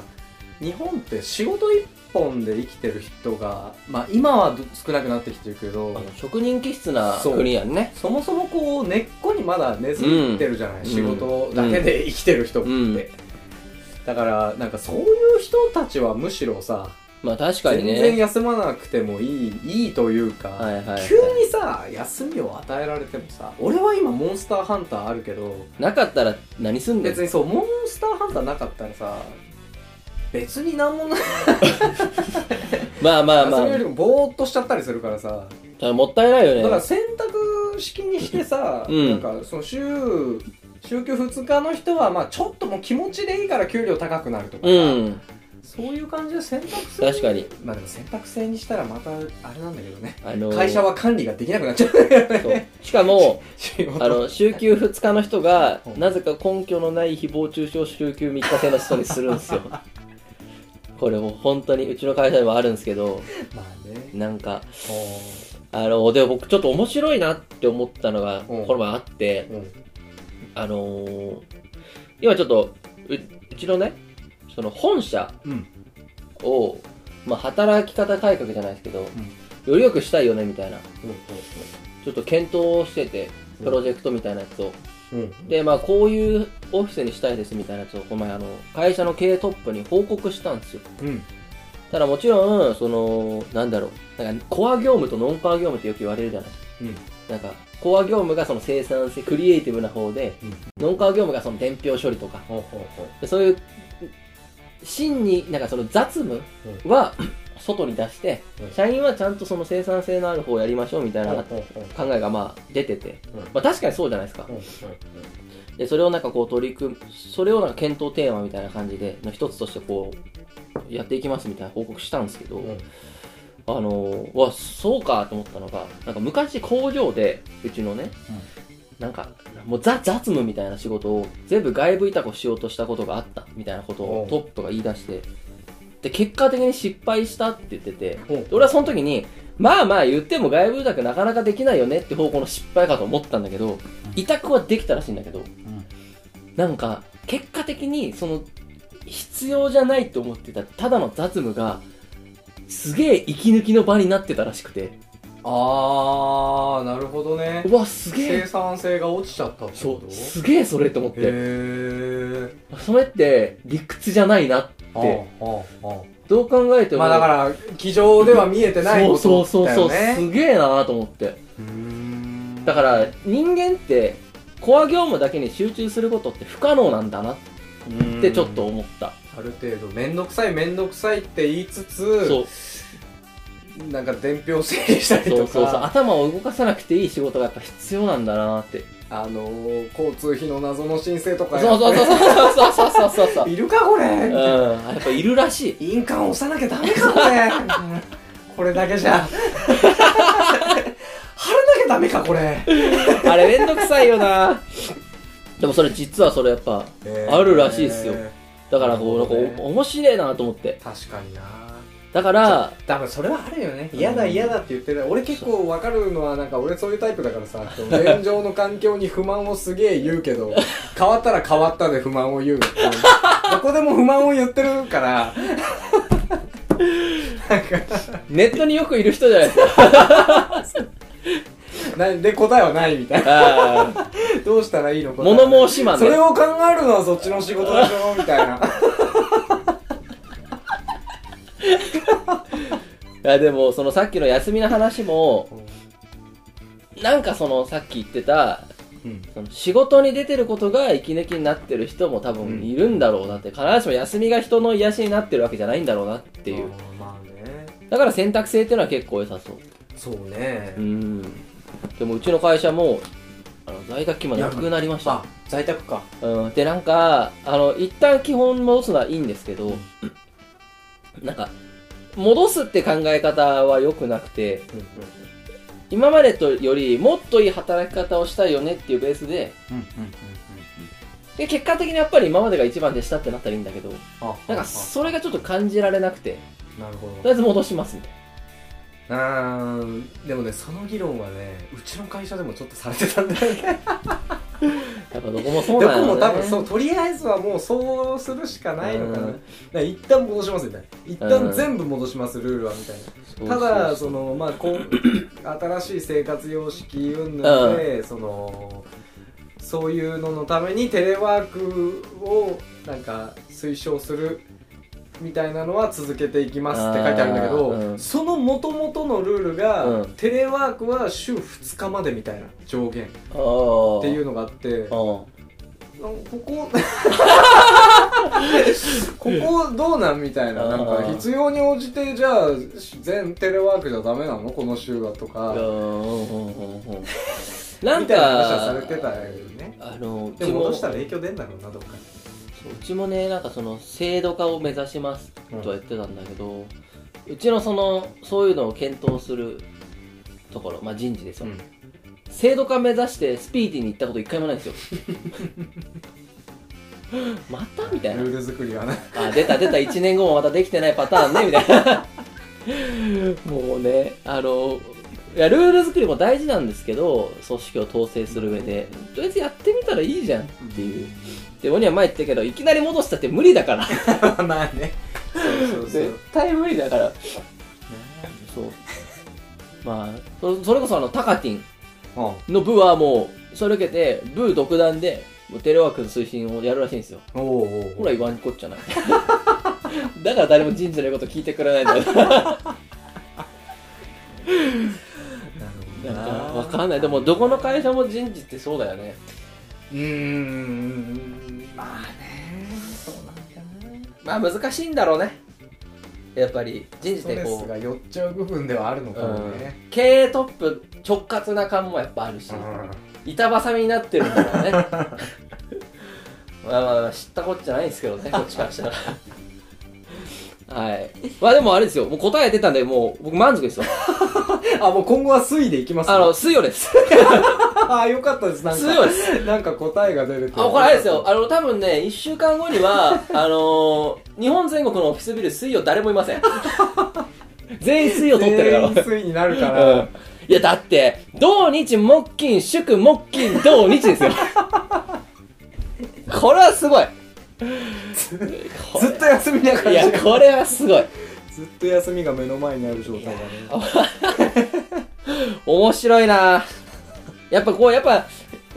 [SPEAKER 1] 日本って仕事一本で生きてる人が、まあ、今はど少なくなってきてるけ
[SPEAKER 2] あ
[SPEAKER 1] ど
[SPEAKER 2] の職人気質な
[SPEAKER 1] そう
[SPEAKER 2] 国やんね
[SPEAKER 1] そもそもこう根っこにまだ根付いてるじゃない、
[SPEAKER 2] うん
[SPEAKER 1] 仕事だけで生きてる人って、
[SPEAKER 2] うん
[SPEAKER 1] だからなんかそういう人たちはむしろさ、
[SPEAKER 2] まあ確かに
[SPEAKER 1] 全然
[SPEAKER 2] ね
[SPEAKER 1] 休まなくてもいいいいというか、
[SPEAKER 2] はいはい、はい、
[SPEAKER 1] 急にさ休みを与えられてもさ俺は今モンスターハンターあるけど
[SPEAKER 2] なかったら何すんで
[SPEAKER 1] 別にそうモンスターハンターなかったらさ別になんもない、
[SPEAKER 2] まあまあま
[SPEAKER 1] 休
[SPEAKER 2] あ
[SPEAKER 1] みよりもぼーっとしちゃったりするからさ
[SPEAKER 2] ただもったいないよね
[SPEAKER 1] だから選択式にしてさ、
[SPEAKER 2] うん
[SPEAKER 1] なんかその週週休2日の人はまあちょっともう気持ちでいいから給料高くなるとかさ、
[SPEAKER 2] うん
[SPEAKER 1] そういう感じで選択制
[SPEAKER 2] 確かに
[SPEAKER 1] まあでも選択制にしたらまたあれなんだけどね
[SPEAKER 2] あのー
[SPEAKER 1] 会社は管理ができなくなっちゃうよね
[SPEAKER 2] そうし かも
[SPEAKER 1] 仕事
[SPEAKER 2] あの週休2日の人が
[SPEAKER 1] うん
[SPEAKER 2] なぜか根拠のない誹謗中傷を週休3日制の人にするんですよこれもう本当にうちの会社でもあるんですけど
[SPEAKER 1] まあね
[SPEAKER 2] なんかあので僕ちょっと面白いなって思ったのが
[SPEAKER 1] うん
[SPEAKER 2] これもあって
[SPEAKER 1] うん
[SPEAKER 2] あのー今ちょっとううちのねその本社
[SPEAKER 1] うん
[SPEAKER 2] を、まあ、働き方改革じゃないですけど、より良くしたいよねみたいなちょっと検討しててプロジェクトみたいなやつを、
[SPEAKER 1] うん
[SPEAKER 2] でまあこういうオフィスにしたいですみたいなやつをこの前あの会社の経営トップに報告したんですよ
[SPEAKER 1] うん
[SPEAKER 2] ただもちろんそのなんだろうなんかコア業務とノンコア業務ってよく言われるじゃない
[SPEAKER 1] うん
[SPEAKER 2] なんかコア業務がその生産性クリエイティブな方でノンコア業務がその伝票処理とか
[SPEAKER 1] ほうほうほう
[SPEAKER 2] でそういう真になんかその雑務は 外に出して
[SPEAKER 1] うん
[SPEAKER 2] 社員はちゃんとその生産性のある方をやりましょうみたいな考
[SPEAKER 1] ほうほう
[SPEAKER 2] えがまあ出てて、
[SPEAKER 1] うん
[SPEAKER 2] まあ、確かにそうじゃないですか
[SPEAKER 1] ほう
[SPEAKER 2] でそれをなんかこう取り組むそれをなんか検討テーマみたいな感じでの一つとしてこうやっていきますみたいな報告したんですけど、
[SPEAKER 1] うん
[SPEAKER 2] あのーうわそうかと思ったのがなんか昔工場でうちのね、なんかもうザ雑務みたいな仕事を全部外部委託をしようとしたことがあったみたいなこと
[SPEAKER 1] お
[SPEAKER 2] を
[SPEAKER 1] う
[SPEAKER 2] トップが言い出してで結果的に失敗したって言っててで
[SPEAKER 1] ほう
[SPEAKER 2] 俺はその時にまあまあ言っても外部委託なかなかできないよねって方向の失敗かと思ったんだけど委託はできたらしいんだけどなんか結果的にその必要じゃないと思ってたただの雑務がすげえ息抜きの場になってたらしくて
[SPEAKER 1] あーなるほどね
[SPEAKER 2] うわすげ
[SPEAKER 1] 生
[SPEAKER 2] え
[SPEAKER 1] 産性が落ちちゃったって
[SPEAKER 2] そ
[SPEAKER 1] こ
[SPEAKER 2] う
[SPEAKER 1] と
[SPEAKER 2] すげえそれと思っ
[SPEAKER 1] へ
[SPEAKER 2] て
[SPEAKER 1] ー
[SPEAKER 2] それって理屈じゃないなって
[SPEAKER 1] ああああ
[SPEAKER 2] どう考えても
[SPEAKER 1] まあだから机上では見えてない
[SPEAKER 2] そ
[SPEAKER 1] こ
[SPEAKER 2] うそ
[SPEAKER 1] と
[SPEAKER 2] うそう
[SPEAKER 1] だ
[SPEAKER 2] そ
[SPEAKER 1] よ
[SPEAKER 2] う
[SPEAKER 1] ね
[SPEAKER 2] すげえなと思って
[SPEAKER 1] うーん
[SPEAKER 2] だから人間ってコア業務だけに集中することって不可能なんだなっ
[SPEAKER 1] うーん
[SPEAKER 2] てちょっと思った
[SPEAKER 1] ある程度面倒くさい面倒くさいって言いつつ
[SPEAKER 2] そう
[SPEAKER 1] なんか伝票整理したり
[SPEAKER 2] そうそ
[SPEAKER 1] と
[SPEAKER 2] うそう
[SPEAKER 1] か
[SPEAKER 2] 頭を動かさなくていい仕事がやっぱ必要なんだなって
[SPEAKER 1] あのー交通費の謎の申請とかやっ
[SPEAKER 2] そうそうそうそうそうそうそう そう。
[SPEAKER 1] いるかこれ
[SPEAKER 2] うん、やっぱいるらしい。
[SPEAKER 1] 印鑑押さなきゃダメかこれ これだけじゃ 貼らなきゃダメかこれ、
[SPEAKER 2] あれめんどくさいよな。でもそれ実はそれやっぱ、あるらしいっすよだからこう、なんか
[SPEAKER 1] なるほどね
[SPEAKER 2] お面白いなと思って。
[SPEAKER 1] 確かにな
[SPEAKER 2] だから、
[SPEAKER 1] 多分それはあるよね
[SPEAKER 2] うん
[SPEAKER 1] 嫌だ嫌だって言ってる俺結構わかるのはなんか俺そういうタイプだからさ現状の環境に不満をすげえ言うけ ど変わったら変わったで不満を言うどこでも不満を言ってるから
[SPEAKER 2] ネットによくいる人じゃないですか。
[SPEAKER 1] なで答えはないみたいな
[SPEAKER 2] あ
[SPEAKER 1] どうしたらいいの
[SPEAKER 2] あ、
[SPEAKER 1] 答えはない
[SPEAKER 2] 物申しマン
[SPEAKER 1] そ
[SPEAKER 2] ね
[SPEAKER 1] れ。を考えるのはそっちの仕事でしょみ たいな
[SPEAKER 2] いや、でも、そのさっきの休みの話も、なんかそのさっき言ってた、
[SPEAKER 1] うん
[SPEAKER 2] その仕事に出てることが息抜きになってる人も多分いるんだろうなって、必ずしも休みが人の癒しになってるわけじゃないんだろうなっていう。
[SPEAKER 1] あーまあね
[SPEAKER 2] だから選択性っていうのは結構良さそう。
[SPEAKER 1] そうね
[SPEAKER 2] うん。でもうちの会社も、あの在宅勤務なくなりました
[SPEAKER 1] あ。在宅か
[SPEAKER 2] うん、でなんかあの一旦基本戻すのはいいんですけど、なんか戻すって考え方は良くなくて
[SPEAKER 1] うん
[SPEAKER 2] 今までとよりもっといい働き方をしたいよねっていうベースで
[SPEAKER 1] うんうんうん
[SPEAKER 2] で結果的にやっぱり今までが一番でしたってなったらいいんだけど
[SPEAKER 1] あ
[SPEAKER 2] なんかそれがちょっと感じられなくて
[SPEAKER 1] あなるほ
[SPEAKER 2] とり
[SPEAKER 1] ど
[SPEAKER 2] あえず戻しますみたいな
[SPEAKER 1] うーんでもねその議論はねうちの会社でもちょっとされてたんだよね
[SPEAKER 2] やっぱどこも そう
[SPEAKER 1] ど
[SPEAKER 2] な
[SPEAKER 1] こ
[SPEAKER 2] ん
[SPEAKER 1] も
[SPEAKER 2] だ
[SPEAKER 1] 多
[SPEAKER 2] よね
[SPEAKER 1] 分そうとりあえずはもうそうするしかないのかな
[SPEAKER 2] う
[SPEAKER 1] だ
[SPEAKER 2] ん
[SPEAKER 1] から一旦戻しますみたいな一
[SPEAKER 2] うん
[SPEAKER 1] 旦全部戻しますルールはみたいな
[SPEAKER 2] そう
[SPEAKER 1] ただ
[SPEAKER 2] そう
[SPEAKER 1] そのまあこ う新しい生活様式云々で、そのそういうののためにテレワークをなんか推奨するみたいなのは続けていきますって書いてあるんだけど、
[SPEAKER 2] あーうん
[SPEAKER 1] その元々のルールが、
[SPEAKER 2] うん
[SPEAKER 1] テレワークは週2日までみたいな上限っ
[SPEAKER 2] あ
[SPEAKER 1] ていううのがあってこ
[SPEAKER 2] の
[SPEAKER 1] こここどうなんみたいななん
[SPEAKER 2] あ
[SPEAKER 1] か
[SPEAKER 2] ー
[SPEAKER 1] 必要に応じてじゃあ全テレワークじゃダメなのこの週はとか
[SPEAKER 2] な ん
[SPEAKER 1] みたいな話はされ
[SPEAKER 2] か
[SPEAKER 1] てたよね
[SPEAKER 2] あのう
[SPEAKER 1] で
[SPEAKER 2] ち
[SPEAKER 1] も
[SPEAKER 2] も
[SPEAKER 1] 戻したら影響出んだろうなどっかに
[SPEAKER 2] そううちもねなんかその制度化を目指しますとは言ってたんだけど、うちのそのそういうのを検討するところまあ人事ですよ、制度化目指してスピーディーに行ったこと一回もないんですよ またみたいな
[SPEAKER 1] ルール作りはな
[SPEAKER 2] あ出た出た1年後もまたできてないパターンねみたいな もうねあのいやルール作りも大事なんですけど組織を統制する上でとりあえずやってみたらいいじゃんっていうで鬼は前言ったけどいきなり戻したって無理だか ら
[SPEAKER 1] まあねそうそうそう
[SPEAKER 2] 絶対無理だからそう まあそそれこそあのタカティンの部はもうそれ受けて部独断でもうテレワークの推進をやるらしいんですよ
[SPEAKER 1] うんおうおう
[SPEAKER 2] ほ
[SPEAKER 1] お
[SPEAKER 2] ら
[SPEAKER 1] う
[SPEAKER 2] 言わんこっちゃない だから誰も人事の言うこと聞いてくれないん だよなんかわかんないでもどこの会社も人事ってそうだよね
[SPEAKER 1] うーんまあねそうなんだな
[SPEAKER 2] まあ難しいんだろうねやっぱり人事
[SPEAKER 1] スト
[SPEAKER 2] って
[SPEAKER 1] レ
[SPEAKER 2] こ
[SPEAKER 1] ス
[SPEAKER 2] う、
[SPEAKER 1] が寄っちゃう部分ではあるのかも
[SPEAKER 2] うん
[SPEAKER 1] ね
[SPEAKER 2] 経営トップ直轄な感もやっぱあるし、板挟みになってるんだろうねまあまあまあ知ったこっちゃないんですけどねこっちからしたらはいまあでもあれですよもう答え出たんでもう僕満足ですよ
[SPEAKER 1] あもう今後は推移でいきます
[SPEAKER 2] あの水曜です
[SPEAKER 1] あよかったですなん
[SPEAKER 2] 水曜です
[SPEAKER 1] かなんか答えが出る
[SPEAKER 2] あ、これあれですよ。あの、多分ね、一週間後には、あのー、日本全国のオフィスビル、水曜誰もいません。全員水曜取ってる
[SPEAKER 1] 全員
[SPEAKER 2] か。
[SPEAKER 1] 推移になるからら
[SPEAKER 2] うん。いや、だって、土日木金祝木金土日ですよ。 これはすごい。
[SPEAKER 1] ず
[SPEAKER 2] これ
[SPEAKER 1] ずっと休みなが
[SPEAKER 2] い
[SPEAKER 1] ら
[SPEAKER 2] や、これはすごい。
[SPEAKER 1] ずっと休みが目の前にある状態だね
[SPEAKER 2] 面白いなやっぱこう、やっぱ、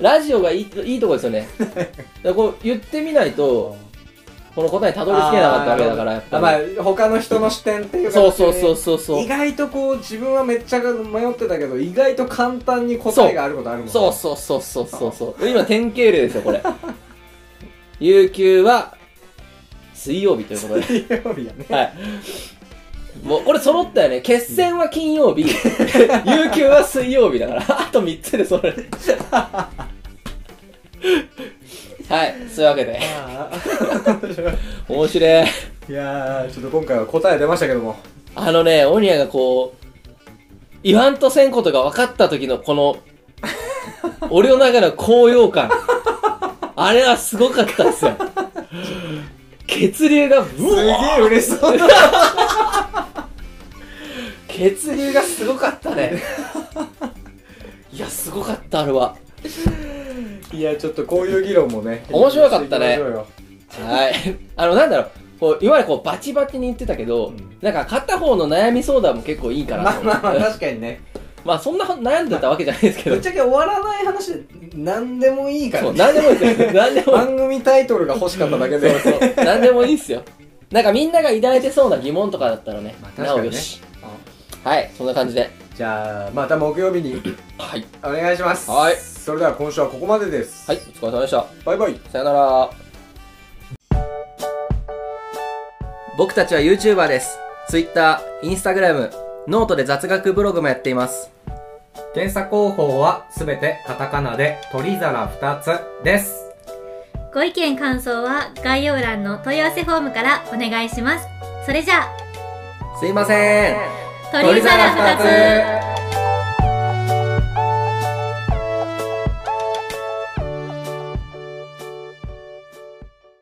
[SPEAKER 2] ラジオがいいいいとこですよね。だからこう言ってみないと、この答えにたどり着けなかったわけだから、やっぱ
[SPEAKER 1] あ
[SPEAKER 2] り。
[SPEAKER 1] まあ他の人の視点っていうか
[SPEAKER 2] そうそうそうそうそう
[SPEAKER 1] 意。外とこう自分はめっちゃ迷ってたけど意外と簡単に答えがあることあるもんね
[SPEAKER 2] そうそうそうそうそうそう。今典型例ですよ、これ。 有給は、水曜日という ことで。
[SPEAKER 1] 金曜日やね
[SPEAKER 2] はい。もう、これ揃ったよね。決戦は金曜日、有給は水曜日だから、あと3つで揃える。はい、そういうわけで、面 白い。
[SPEAKER 1] いやーちょっと今回は答え出ましたけども
[SPEAKER 2] あのね、オニアがこう、言わんとせんことが分かった時の この、俺の中の高揚感。あれはすごかったですよ。血流が、ブ
[SPEAKER 1] すげ
[SPEAKER 2] ワ
[SPEAKER 1] え
[SPEAKER 2] ー
[SPEAKER 1] 嬉しそうだ
[SPEAKER 2] 血流がすごかったね。いや、すごかった、あれは。
[SPEAKER 1] いやちょっとこういう議論もね
[SPEAKER 2] 面白かった
[SPEAKER 1] し
[SPEAKER 2] ね
[SPEAKER 1] ていきましょうよ
[SPEAKER 2] はい。あの、なんだろう。こう今までこうバチバチに言ってたけど、
[SPEAKER 1] うん
[SPEAKER 2] なんか片方の悩み相談も結構いいかな
[SPEAKER 1] まあ
[SPEAKER 2] と
[SPEAKER 1] まあまあ
[SPEAKER 2] 思って
[SPEAKER 1] 確かにね
[SPEAKER 2] まあそんな悩んでたわけじゃないです
[SPEAKER 1] ぶ
[SPEAKER 2] けど
[SPEAKER 1] っちゃけ終わらない話で何でもいいから
[SPEAKER 2] そう何でもいいですよ何でも
[SPEAKER 1] 番組タイトルが欲しかっただけで
[SPEAKER 2] そうそう何でもいいっすよなんかみんなが抱いてそうな疑問とかだったらね,、
[SPEAKER 1] まあ確
[SPEAKER 2] な
[SPEAKER 1] か
[SPEAKER 2] お
[SPEAKER 1] にね
[SPEAKER 2] よし
[SPEAKER 1] あ
[SPEAKER 2] はいそんな感じで
[SPEAKER 1] じゃあまた木曜日に
[SPEAKER 2] はい
[SPEAKER 1] お願いします
[SPEAKER 2] はい
[SPEAKER 1] それでは今週はここまでです、
[SPEAKER 2] はいお疲れ様でした
[SPEAKER 1] バイバイ
[SPEAKER 2] さよなら僕たちは YouTuber です Twitter、Instagram、ノートで雑学ブログもやっています
[SPEAKER 1] 検査方法はすべてカタカナで鳥皿2つです
[SPEAKER 3] ご意見感想は概要欄の問い合わせフォームからお願いします。それじゃあ、
[SPEAKER 2] すいません
[SPEAKER 3] 鳥皿
[SPEAKER 2] 鳥皿
[SPEAKER 3] 2つ
[SPEAKER 2] 二つ